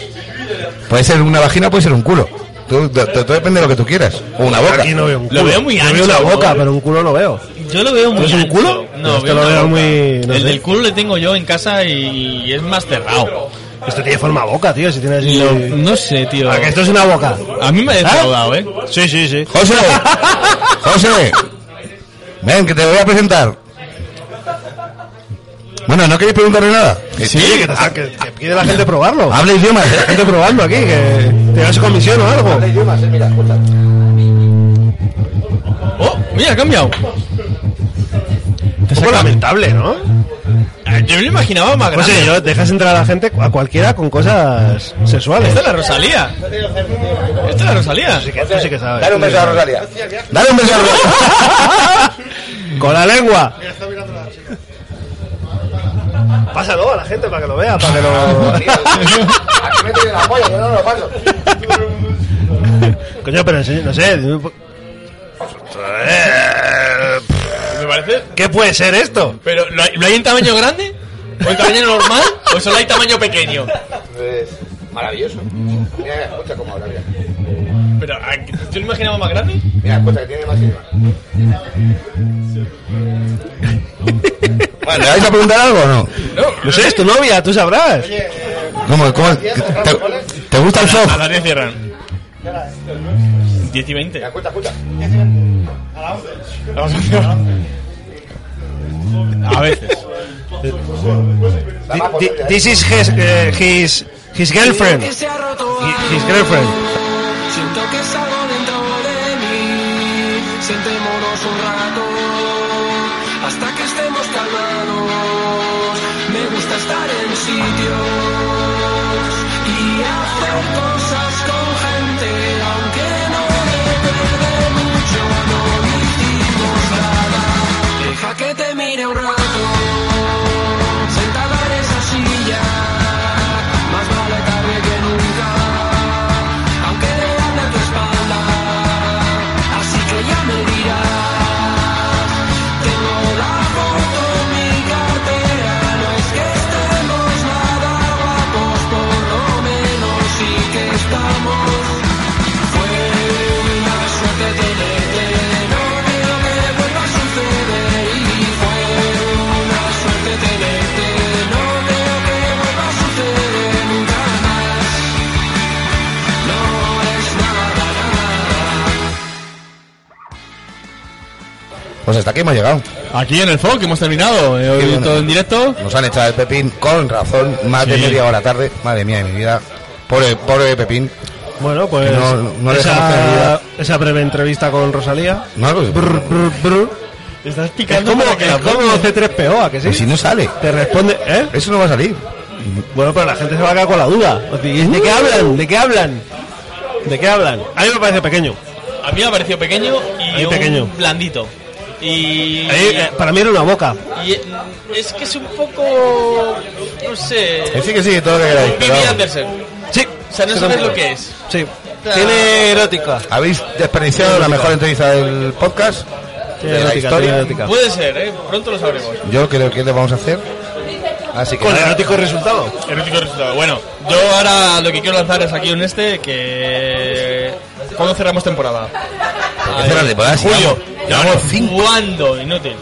[SPEAKER 3] Puede ser una vagina, puede ser un culo. Tú- de- de- todo depende de lo que tú quieras. O una boca.
[SPEAKER 4] Aquí no veo un
[SPEAKER 2] Lo
[SPEAKER 4] culo.
[SPEAKER 2] veo muy
[SPEAKER 4] Yo
[SPEAKER 2] ancho,
[SPEAKER 4] veo
[SPEAKER 2] ¿no?
[SPEAKER 4] una boca, pero un culo no veo.
[SPEAKER 2] Yo lo veo muy
[SPEAKER 4] ¿Es un
[SPEAKER 2] ancho.
[SPEAKER 4] culo?
[SPEAKER 2] No,
[SPEAKER 4] Este lo
[SPEAKER 2] una
[SPEAKER 4] veo
[SPEAKER 2] boca.
[SPEAKER 4] muy- no
[SPEAKER 2] el
[SPEAKER 4] sé.
[SPEAKER 2] del culo le tengo yo en casa y es más cerrado.
[SPEAKER 4] Esto tiene forma boca, tío, si tiene así...
[SPEAKER 2] Lo- no sé, tío.
[SPEAKER 4] ¿A que esto es una boca?
[SPEAKER 3] Ah.
[SPEAKER 2] A mí me ha defraudado, ¿eh?
[SPEAKER 4] Sí, sí, sí.
[SPEAKER 3] ¡José! ¡José! Ven, que te voy a presentar. Bueno, ¿no queréis preguntarle nada?
[SPEAKER 4] Sí, que, te, que, que pide la gente probarlo.
[SPEAKER 3] Habla idiomas, ¿eh?
[SPEAKER 4] Gente probando aquí, que te das comisión o algo.
[SPEAKER 2] ¡Oh! Mira, ha cambiado.
[SPEAKER 4] Un poco lamentable, ¿no?
[SPEAKER 2] Ah, Yo me lo imaginaba más
[SPEAKER 4] Pues
[SPEAKER 2] grande.
[SPEAKER 4] sí, yo dejas entrar a la gente, a cualquiera, con cosas sexuales.
[SPEAKER 2] Esta es la Rosalía. Esta es la Rosalía.
[SPEAKER 4] Sí que, tú sí que sabes.
[SPEAKER 3] a Rosalía. Dale un beso a Rosalía.
[SPEAKER 4] Con la lengua. Pásalo a la gente para que lo vea, para que lo... Coño, pero enseña- no sé...
[SPEAKER 2] Me parece.
[SPEAKER 4] ¿Qué puede ser esto?
[SPEAKER 2] Pero, ¿lo hay, lo hay en tamaño grande? ¿O en tamaño normal? ¿O solo hay tamaño pequeño?
[SPEAKER 3] Maravilloso. Mira, escucha cómo habla, mira.
[SPEAKER 2] Pero, ¿a- ¿yo lo imaginaba más grande?
[SPEAKER 3] Mira, escucha que tiene más Bueno, ¿le vais a preguntar algo o no?
[SPEAKER 4] No sé, es tu novia, tú sabrás.
[SPEAKER 3] ¿Cómo, cómo- te, te gusta el
[SPEAKER 2] A
[SPEAKER 3] soft?
[SPEAKER 2] las 10 cierran. 10 y 20. Escucha, escucha. A las 11. A veces.
[SPEAKER 4] Thi- thi- This is his, eh, his, his girlfriend.
[SPEAKER 1] se ha roto
[SPEAKER 4] Hi- His girlfriend.
[SPEAKER 1] Siento que es algo dentro de mí. Sentémonos un rato hasta que estemos calmados. Me gusta estar en sitios y hacer cosas con gente, aunque no recuerde mucho. No hicimos nada. Deja que te mire un rato. Sentada en esa silla, más vale tarde que nunca aunque vean a tu espalda. Así que ya me dirás, tengo la foto en mi cartera, no es que estemos nada guapos, por lo menos sí que estamos. Fue una suerte tenerte, no quiero que vuelva a suceder y fue una suerte tenerte, no quiero que vuelva a suceder nunca más. No es nada, nada.
[SPEAKER 3] Pues hasta aquí hemos llegado.
[SPEAKER 2] Aquí en el FOC hemos terminado. eh, hoy
[SPEAKER 3] bueno.
[SPEAKER 2] todo en directo.
[SPEAKER 3] Nos han echado el Pepín con razón, más de
[SPEAKER 2] Sí.
[SPEAKER 3] media hora tarde. Madre mía de mi vida. Pobre, pobre Pepín.
[SPEAKER 4] Bueno, pues
[SPEAKER 3] Que no- no le dejamos
[SPEAKER 4] esa,
[SPEAKER 3] claridad.
[SPEAKER 4] esa breve entrevista con Rosalía.
[SPEAKER 3] No, pues,
[SPEAKER 4] Brr, brr, brr. Estás picando
[SPEAKER 2] como-
[SPEAKER 4] para que
[SPEAKER 2] es
[SPEAKER 4] la
[SPEAKER 2] como-
[SPEAKER 4] ponga en C3PO, ¿a que sí?
[SPEAKER 3] pues si no sale.
[SPEAKER 4] Te responde, ¿eh?
[SPEAKER 3] Eso no va a salir.
[SPEAKER 4] Bueno, pero la gente se va a quedar con la duda. O sea, ¿De qué hablan? ¿De qué hablan? ¿De qué hablan? A mí me parece pequeño.
[SPEAKER 2] A mí me ha parecido pequeño y
[SPEAKER 4] Ahí
[SPEAKER 2] un
[SPEAKER 4] pequeño.
[SPEAKER 2] blandito. Y,
[SPEAKER 4] A mí, eh, para mí era una boca.
[SPEAKER 2] y, eh, es que es un poco. No sé.
[SPEAKER 3] Que sí, que sí, todo lo que queráis. pero
[SPEAKER 2] Vivi
[SPEAKER 3] vamos.
[SPEAKER 2] Anderson.
[SPEAKER 4] Sí.
[SPEAKER 2] O sea, no sabes lo que es.
[SPEAKER 4] Sí.
[SPEAKER 2] Tiene
[SPEAKER 4] erótica.
[SPEAKER 3] Habéis desperdiciado la mejor entrevista del podcast.
[SPEAKER 4] Tiene
[SPEAKER 3] de la
[SPEAKER 4] erótica, tiene
[SPEAKER 3] historia.
[SPEAKER 4] erótica.
[SPEAKER 2] Puede ser, ¿eh? Pronto lo sabremos.
[SPEAKER 3] Yo creo que le vamos a hacer. Así que.
[SPEAKER 4] Con
[SPEAKER 3] nada.
[SPEAKER 4] erótico resultado.
[SPEAKER 2] Erótico resultado. Bueno, yo ahora lo que quiero lanzar es aquí un este que. ¿Cuándo cerramos temporada? pues,
[SPEAKER 3] qué cerrar temporada? Si
[SPEAKER 2] Julio.
[SPEAKER 3] llevamos- llevamos
[SPEAKER 2] No, no,
[SPEAKER 3] cinco.
[SPEAKER 2] ¿Cuándo? Inútil.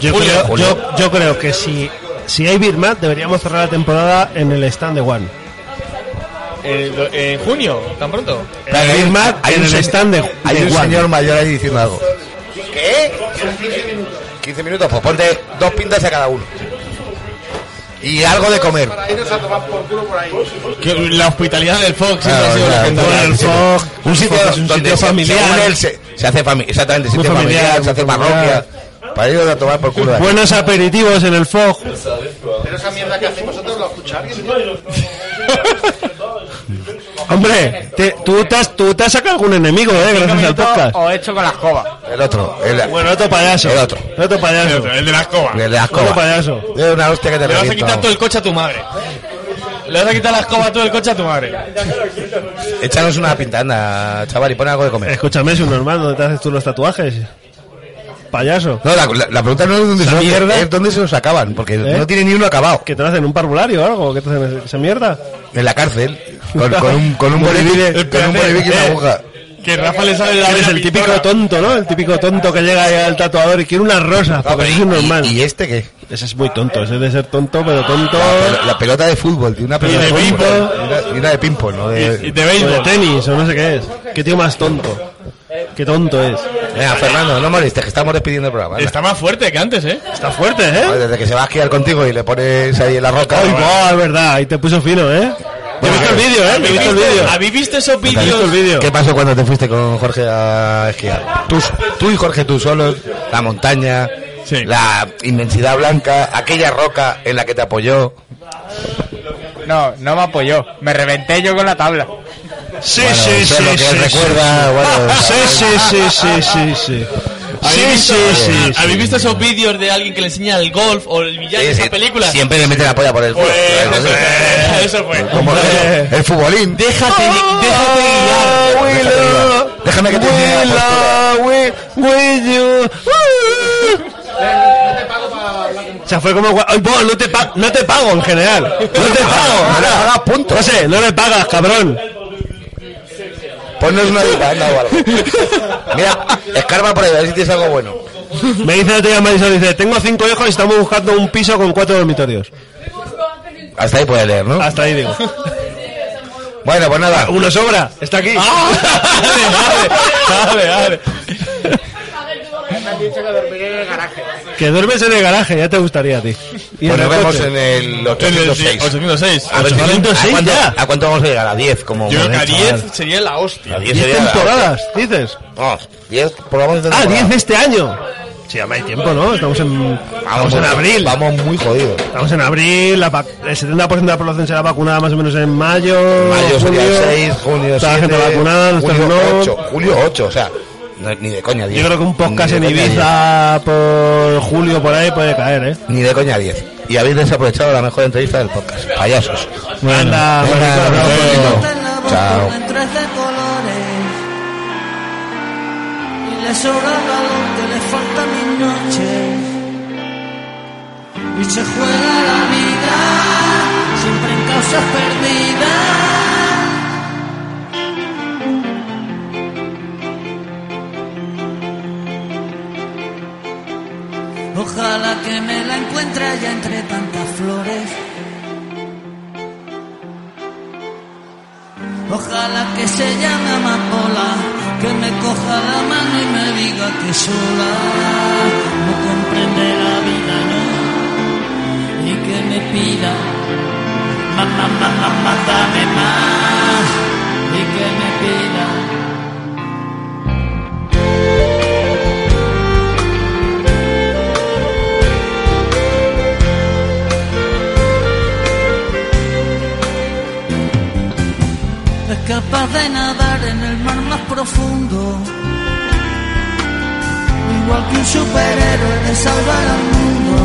[SPEAKER 4] Yo
[SPEAKER 2] Julio.
[SPEAKER 4] creo,
[SPEAKER 3] Julio.
[SPEAKER 4] Yo, yo creo que si, si hay Birmat, deberíamos cerrar la temporada en el stand de One.
[SPEAKER 2] Eh, lo- ¿En junio? ¿Tan pronto?
[SPEAKER 3] Claro,
[SPEAKER 4] Hay más en el
[SPEAKER 3] señor-
[SPEAKER 4] stand de-
[SPEAKER 3] hay
[SPEAKER 4] de
[SPEAKER 3] un
[SPEAKER 4] Juan.
[SPEAKER 3] señor mayor ahí diciendo algo. ¿Qué? 15 minutos, pues ponte dos pintas a cada uno. Y algo de comer.
[SPEAKER 2] Que la hospitalidad del Fox siempre
[SPEAKER 3] Claro,
[SPEAKER 2] ha sido
[SPEAKER 3] claro,
[SPEAKER 2] legendaria.
[SPEAKER 3] claro,
[SPEAKER 4] el
[SPEAKER 3] sí.
[SPEAKER 4] Fog,
[SPEAKER 3] un sitio,
[SPEAKER 4] Fog es un
[SPEAKER 3] donde
[SPEAKER 4] sitio
[SPEAKER 3] se-
[SPEAKER 4] familiar.
[SPEAKER 3] según él, se, se hace familia, exactamente,
[SPEAKER 4] Muy
[SPEAKER 3] sitio familiar,
[SPEAKER 4] familiar,
[SPEAKER 3] se hace
[SPEAKER 4] muy
[SPEAKER 3] parroquia,
[SPEAKER 4] familiar.
[SPEAKER 3] para ir a tomar por culo. de aquí.
[SPEAKER 4] Buenos aperitivos en el Fog.
[SPEAKER 6] Pero esa mierda que hacéis vosotros lo escucháis.
[SPEAKER 4] Hombre, te- tú, te has, tú te has sacado algún enemigo, eh, gracias al podcast.
[SPEAKER 6] O hecho con la escoba.
[SPEAKER 3] el otro, el,
[SPEAKER 4] Bueno, otro payaso.
[SPEAKER 3] El otro.
[SPEAKER 4] El otro payaso.
[SPEAKER 2] El de la escoba.
[SPEAKER 3] el de la escoba.
[SPEAKER 4] Otro payaso.
[SPEAKER 3] De una hostia que te
[SPEAKER 2] Le vas a
[SPEAKER 3] reviento,
[SPEAKER 2] quitar todo
[SPEAKER 3] vamos.
[SPEAKER 2] el coche a tu madre. Le vas a quitar la escoba todo el coche a tu madre.
[SPEAKER 3] Échanos una pintanda, chaval, y pon algo de comer.
[SPEAKER 4] Escúchame, es un normal, ¿dónde te haces tú los tatuajes? Payaso.
[SPEAKER 3] No, la, la- la pregunta no es dónde se,
[SPEAKER 4] Esa
[SPEAKER 3] los hacen,
[SPEAKER 4] mierda.
[SPEAKER 3] es dónde se los acaban, porque no tiene ni uno acabado.
[SPEAKER 4] ¿Que te lo hacen un parvulario o algo? ¿Qué te hacen esa mierda?
[SPEAKER 3] En la cárcel, con, con un, con un bolivic con un bolivic y una
[SPEAKER 4] eh,
[SPEAKER 3] aguja.
[SPEAKER 2] Que Rafa le sale la
[SPEAKER 4] Eres
[SPEAKER 2] vena
[SPEAKER 4] el típico
[SPEAKER 2] pintora.
[SPEAKER 4] tonto, ¿no? El típico tonto que llega ahí al tatuador y quiere una rosa,
[SPEAKER 3] No, pero
[SPEAKER 4] porque es
[SPEAKER 3] ¿y-
[SPEAKER 4] un normal.
[SPEAKER 3] ¿Y, y este qué?
[SPEAKER 4] Ese es muy tonto, ese de ser tonto, pero tonto...
[SPEAKER 3] La, pel- la pelota de fútbol, tiene una pelota
[SPEAKER 4] de
[SPEAKER 3] de fútbol.
[SPEAKER 4] béisbol.
[SPEAKER 3] Y una- Y una de ping-pong, ¿no? De-
[SPEAKER 2] Y te
[SPEAKER 4] o
[SPEAKER 2] veis.
[SPEAKER 4] de
[SPEAKER 3] Pues
[SPEAKER 4] tenis, o no sé qué es. ¿Qué tío más tonto? ¿Qué tonto es?
[SPEAKER 3] Venga, Fernando, no molestes, que estamos despidiendo el programa. anda.
[SPEAKER 2] Está más fuerte que antes, ¿eh?
[SPEAKER 4] Está fuerte, ¿eh?
[SPEAKER 3] Desde que se va a esquiar contigo y le pones ahí en la roca.
[SPEAKER 4] Ay, guau, es verdad, ahí te puso fino, ¿eh? Yo he
[SPEAKER 3] Bueno,
[SPEAKER 4] visto el vídeo, ¿eh? Yo he visto el vídeo.
[SPEAKER 2] ¿Habéis visto esos
[SPEAKER 4] Yo he visto el
[SPEAKER 2] vídeos?
[SPEAKER 4] vídeo.
[SPEAKER 3] ¿Qué pasó cuando te fuiste con Jorge a esquiar? Tú, tú y Jorge, tú solos, la montaña,
[SPEAKER 2] Sí.
[SPEAKER 3] la inmensidad blanca, aquella roca en la que te apoyó.
[SPEAKER 6] No, no me apoyó. Me reventé yo con la tabla.
[SPEAKER 4] Sí,
[SPEAKER 3] Bueno,
[SPEAKER 4] sí,
[SPEAKER 3] eso es
[SPEAKER 4] sí,
[SPEAKER 3] lo que
[SPEAKER 4] sí,
[SPEAKER 3] él
[SPEAKER 4] sí.
[SPEAKER 3] recuerda. bueno,
[SPEAKER 4] Sí, sí, sí, sí, sí, sí. Sí,
[SPEAKER 2] ¿Habéis
[SPEAKER 4] sí,
[SPEAKER 2] visto-
[SPEAKER 4] sí, sí.
[SPEAKER 2] ¿Habéis visto esos vídeos de alguien que le enseña el golf o el billar de
[SPEAKER 3] Sí,
[SPEAKER 2] esa
[SPEAKER 3] sí,
[SPEAKER 2] película?
[SPEAKER 3] Siempre le meten la polla por el culo.
[SPEAKER 2] Pues,
[SPEAKER 3] No
[SPEAKER 2] eso fue,
[SPEAKER 3] sé.
[SPEAKER 2] eso fue.
[SPEAKER 3] Como el, el futbolín.
[SPEAKER 2] Déjate, déjate
[SPEAKER 4] Ah,
[SPEAKER 3] Déjate guiar.
[SPEAKER 4] Willow.
[SPEAKER 3] Déjame que te enseñe la
[SPEAKER 4] Willow, Wi- Willow. O sea, fue como... gua- Ay, bo, no, te pa- no te pago en general. No te pago.
[SPEAKER 3] No le pagas, punto.
[SPEAKER 4] No sé, no le pagas, cabrón.
[SPEAKER 3] Ponnos una banda o algo. Mira, escarba por ahí, a ver si tienes algo bueno.
[SPEAKER 4] Me dice el otro día Marisol, dice, tengo cinco hijos y estamos buscando un piso con cuatro dormitorios.
[SPEAKER 3] Hasta ahí puedes leer, ¿no?
[SPEAKER 4] Hasta ahí digo.
[SPEAKER 3] Bueno, pues nada.
[SPEAKER 4] Uno sobra, está aquí.
[SPEAKER 2] Dale, dale, dale.
[SPEAKER 4] Que duermes en el garaje, ya te gustaría a ti.
[SPEAKER 3] Pues
[SPEAKER 4] Y en
[SPEAKER 3] nos
[SPEAKER 4] el
[SPEAKER 3] vemos
[SPEAKER 4] coche.
[SPEAKER 3] en el 806.
[SPEAKER 2] 806.
[SPEAKER 7] A ver si-
[SPEAKER 4] 806
[SPEAKER 7] ¿a cuánto,
[SPEAKER 4] ya.
[SPEAKER 7] ¿A cuánto vamos a llegar? A 10, como.
[SPEAKER 2] Yo creo que a
[SPEAKER 7] mucho.
[SPEAKER 2] 10 sería la hostia.
[SPEAKER 7] A 10
[SPEAKER 4] 10
[SPEAKER 7] sería. la-
[SPEAKER 4] temporadas, dices.
[SPEAKER 7] No,
[SPEAKER 3] Ah,
[SPEAKER 7] 10 programas de
[SPEAKER 4] Ah, 10
[SPEAKER 7] temporada.
[SPEAKER 4] de este año. Sí, hombre, hay tiempo, ¿no? Estamos en,
[SPEAKER 3] Ah.
[SPEAKER 4] estamos en abril.
[SPEAKER 7] Vamos muy jodidos.
[SPEAKER 4] Estamos en abril, la vac- el 70% de la población será vacunada más o menos en mayo.
[SPEAKER 7] Mayo sería el
[SPEAKER 4] junio.
[SPEAKER 7] 6, junio
[SPEAKER 4] Está
[SPEAKER 7] 7,
[SPEAKER 4] la gente vacunada, no está
[SPEAKER 7] julio
[SPEAKER 4] no.
[SPEAKER 7] 8, julio 8, o sea, no- ni de coña 10.
[SPEAKER 4] Yo creo que un podcast en
[SPEAKER 7] Ni de coña
[SPEAKER 4] Ibiza por julio por ahí puede caer, ¿eh?
[SPEAKER 7] 10. Ni de coña 10. Y habéis desaprovechado la mejor entrevista del podcast. Payasos. Venga,
[SPEAKER 4] Anda,
[SPEAKER 7] nos
[SPEAKER 4] maricón,
[SPEAKER 7] vemos
[SPEAKER 4] hasta luego.
[SPEAKER 7] pronto.
[SPEAKER 8] en la boca
[SPEAKER 7] Chao.
[SPEAKER 8] con tres de colores y le sobra el balón que le falta mi noche y se juega la vida siempre en causas perdidas Ojalá que me la encuentre ya entre tantas flores Ojalá que se llame amapola, que me coja la mano y me diga que sola no comprende la vida, no, y que me pida, mamá, mamá, mátame más, y que me pida. es capaz de nadar en el mar más profundo. Igual que un superhéroe de salvar al mundo.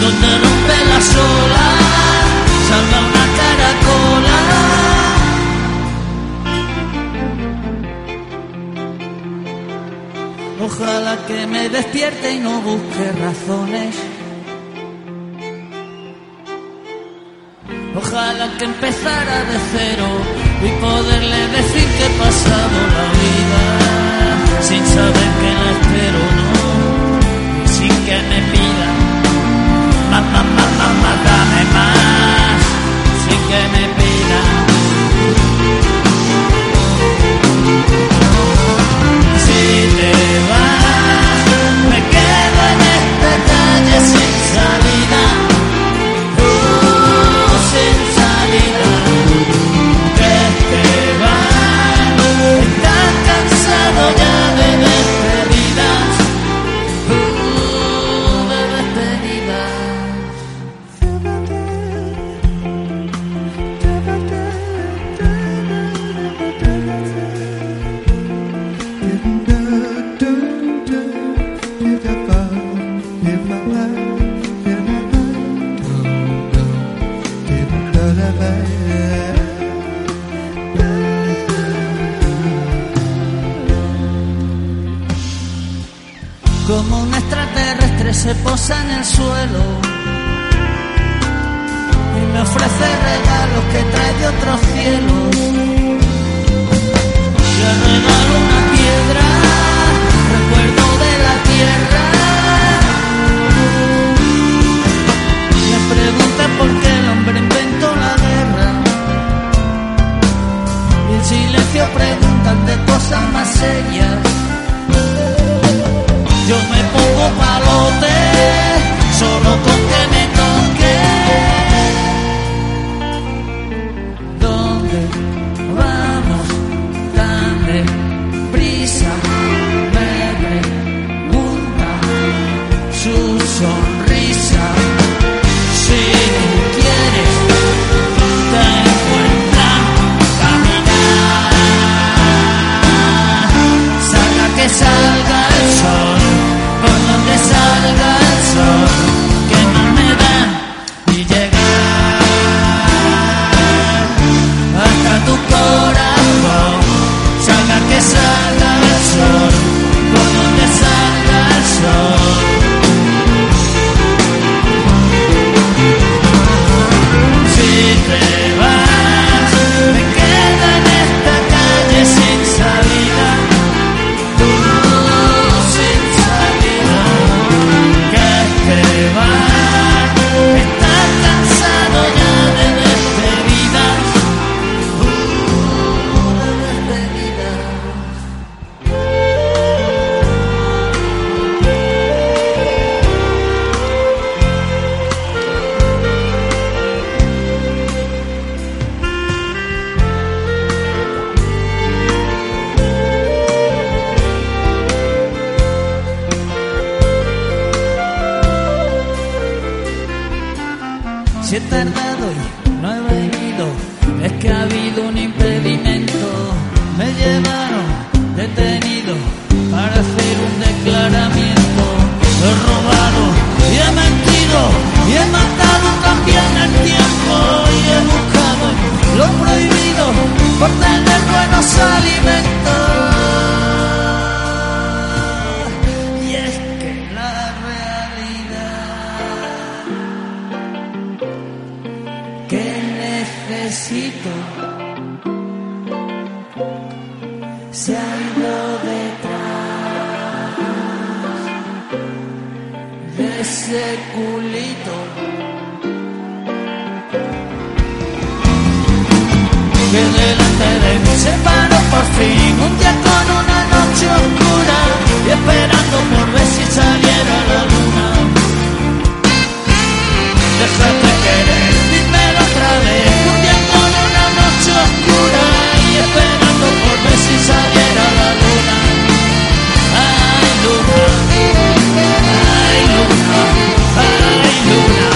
[SPEAKER 8] Donde rompe las olas, salva una caracola. Ojalá que me despierte y no busque razones. Ojalá que empezara de cero y poderle decir que he pasado la vida sin saber que la espero, no, y sin que me pida más, más, más, más, más, dame más, sin que me pida. Si te vas, me quedo en esta calle sin salida sin salida que te vas estás cansado ya de despedidas uh, de despedidas como un extraterrestre se posa en el suelo y me ofrece regalos que trae de otros cielos. Le regalo una piedra, recuerdo de la tierra. Me pregunta por qué el hombre inventó la guerra. Y en silencio preguntan de cosas más serias. Yo me pongo palote solo con que me toque. ¿Dónde vamos? Dame Si he tardado y no he bebido, es que ha habido un impedimento. Me llevaron detenido para hacer un declaramiento. He robado y he mentido y he matado también el tiempo y he buscado lo prohibido por tener buenos alimentos. Y es que la realidad que necesito se ha ido detrás de ese culito que delante de mí se paró por fin un día con una noche oscura y esperando por ver si saliera la luna Déjate querer, dímelo otra vez Un día con una noche oscura Y esperando por ver si saliera la luna Ay, luna Ay, luna Ay, luna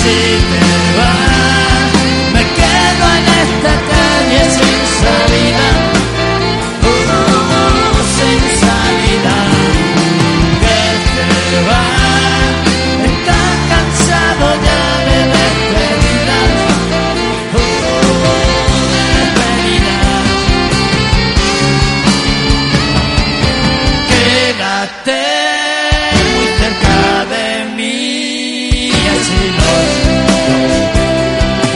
[SPEAKER 8] Si te vas Me quedo en esta calle sin salida Oh, sin salida que te va Está cansado ya de despedidas Oh, despedidas Quédate muy cerca de mí Así los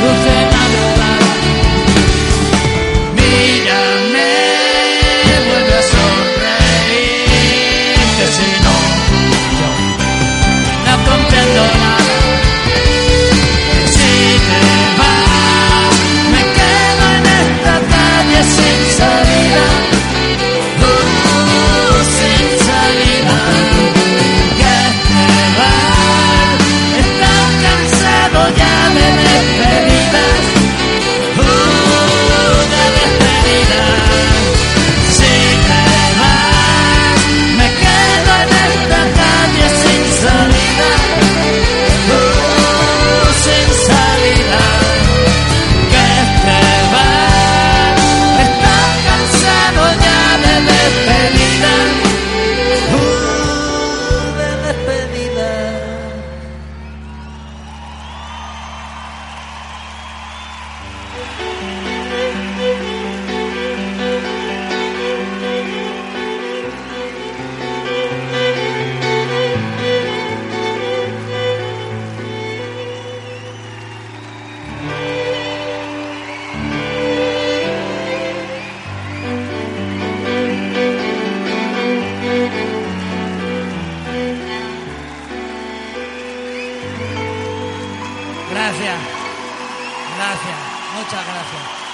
[SPEAKER 8] lucen a rodar Mírame, vuelve a sonreír, que si no, yo no comprendo nada. Si te vas, me quedo en esta calle sin salida, oh, sin salida. Que te vas, estás cansado ya de despedidas. Uh, de despedidas. Si te vas, me quedo en esta calle sin salida. Uh, sin salida. Que te vas, estás cansado ya de despedidas. Uh, de despedidas. Gracias. Gracias. Muchas gracias.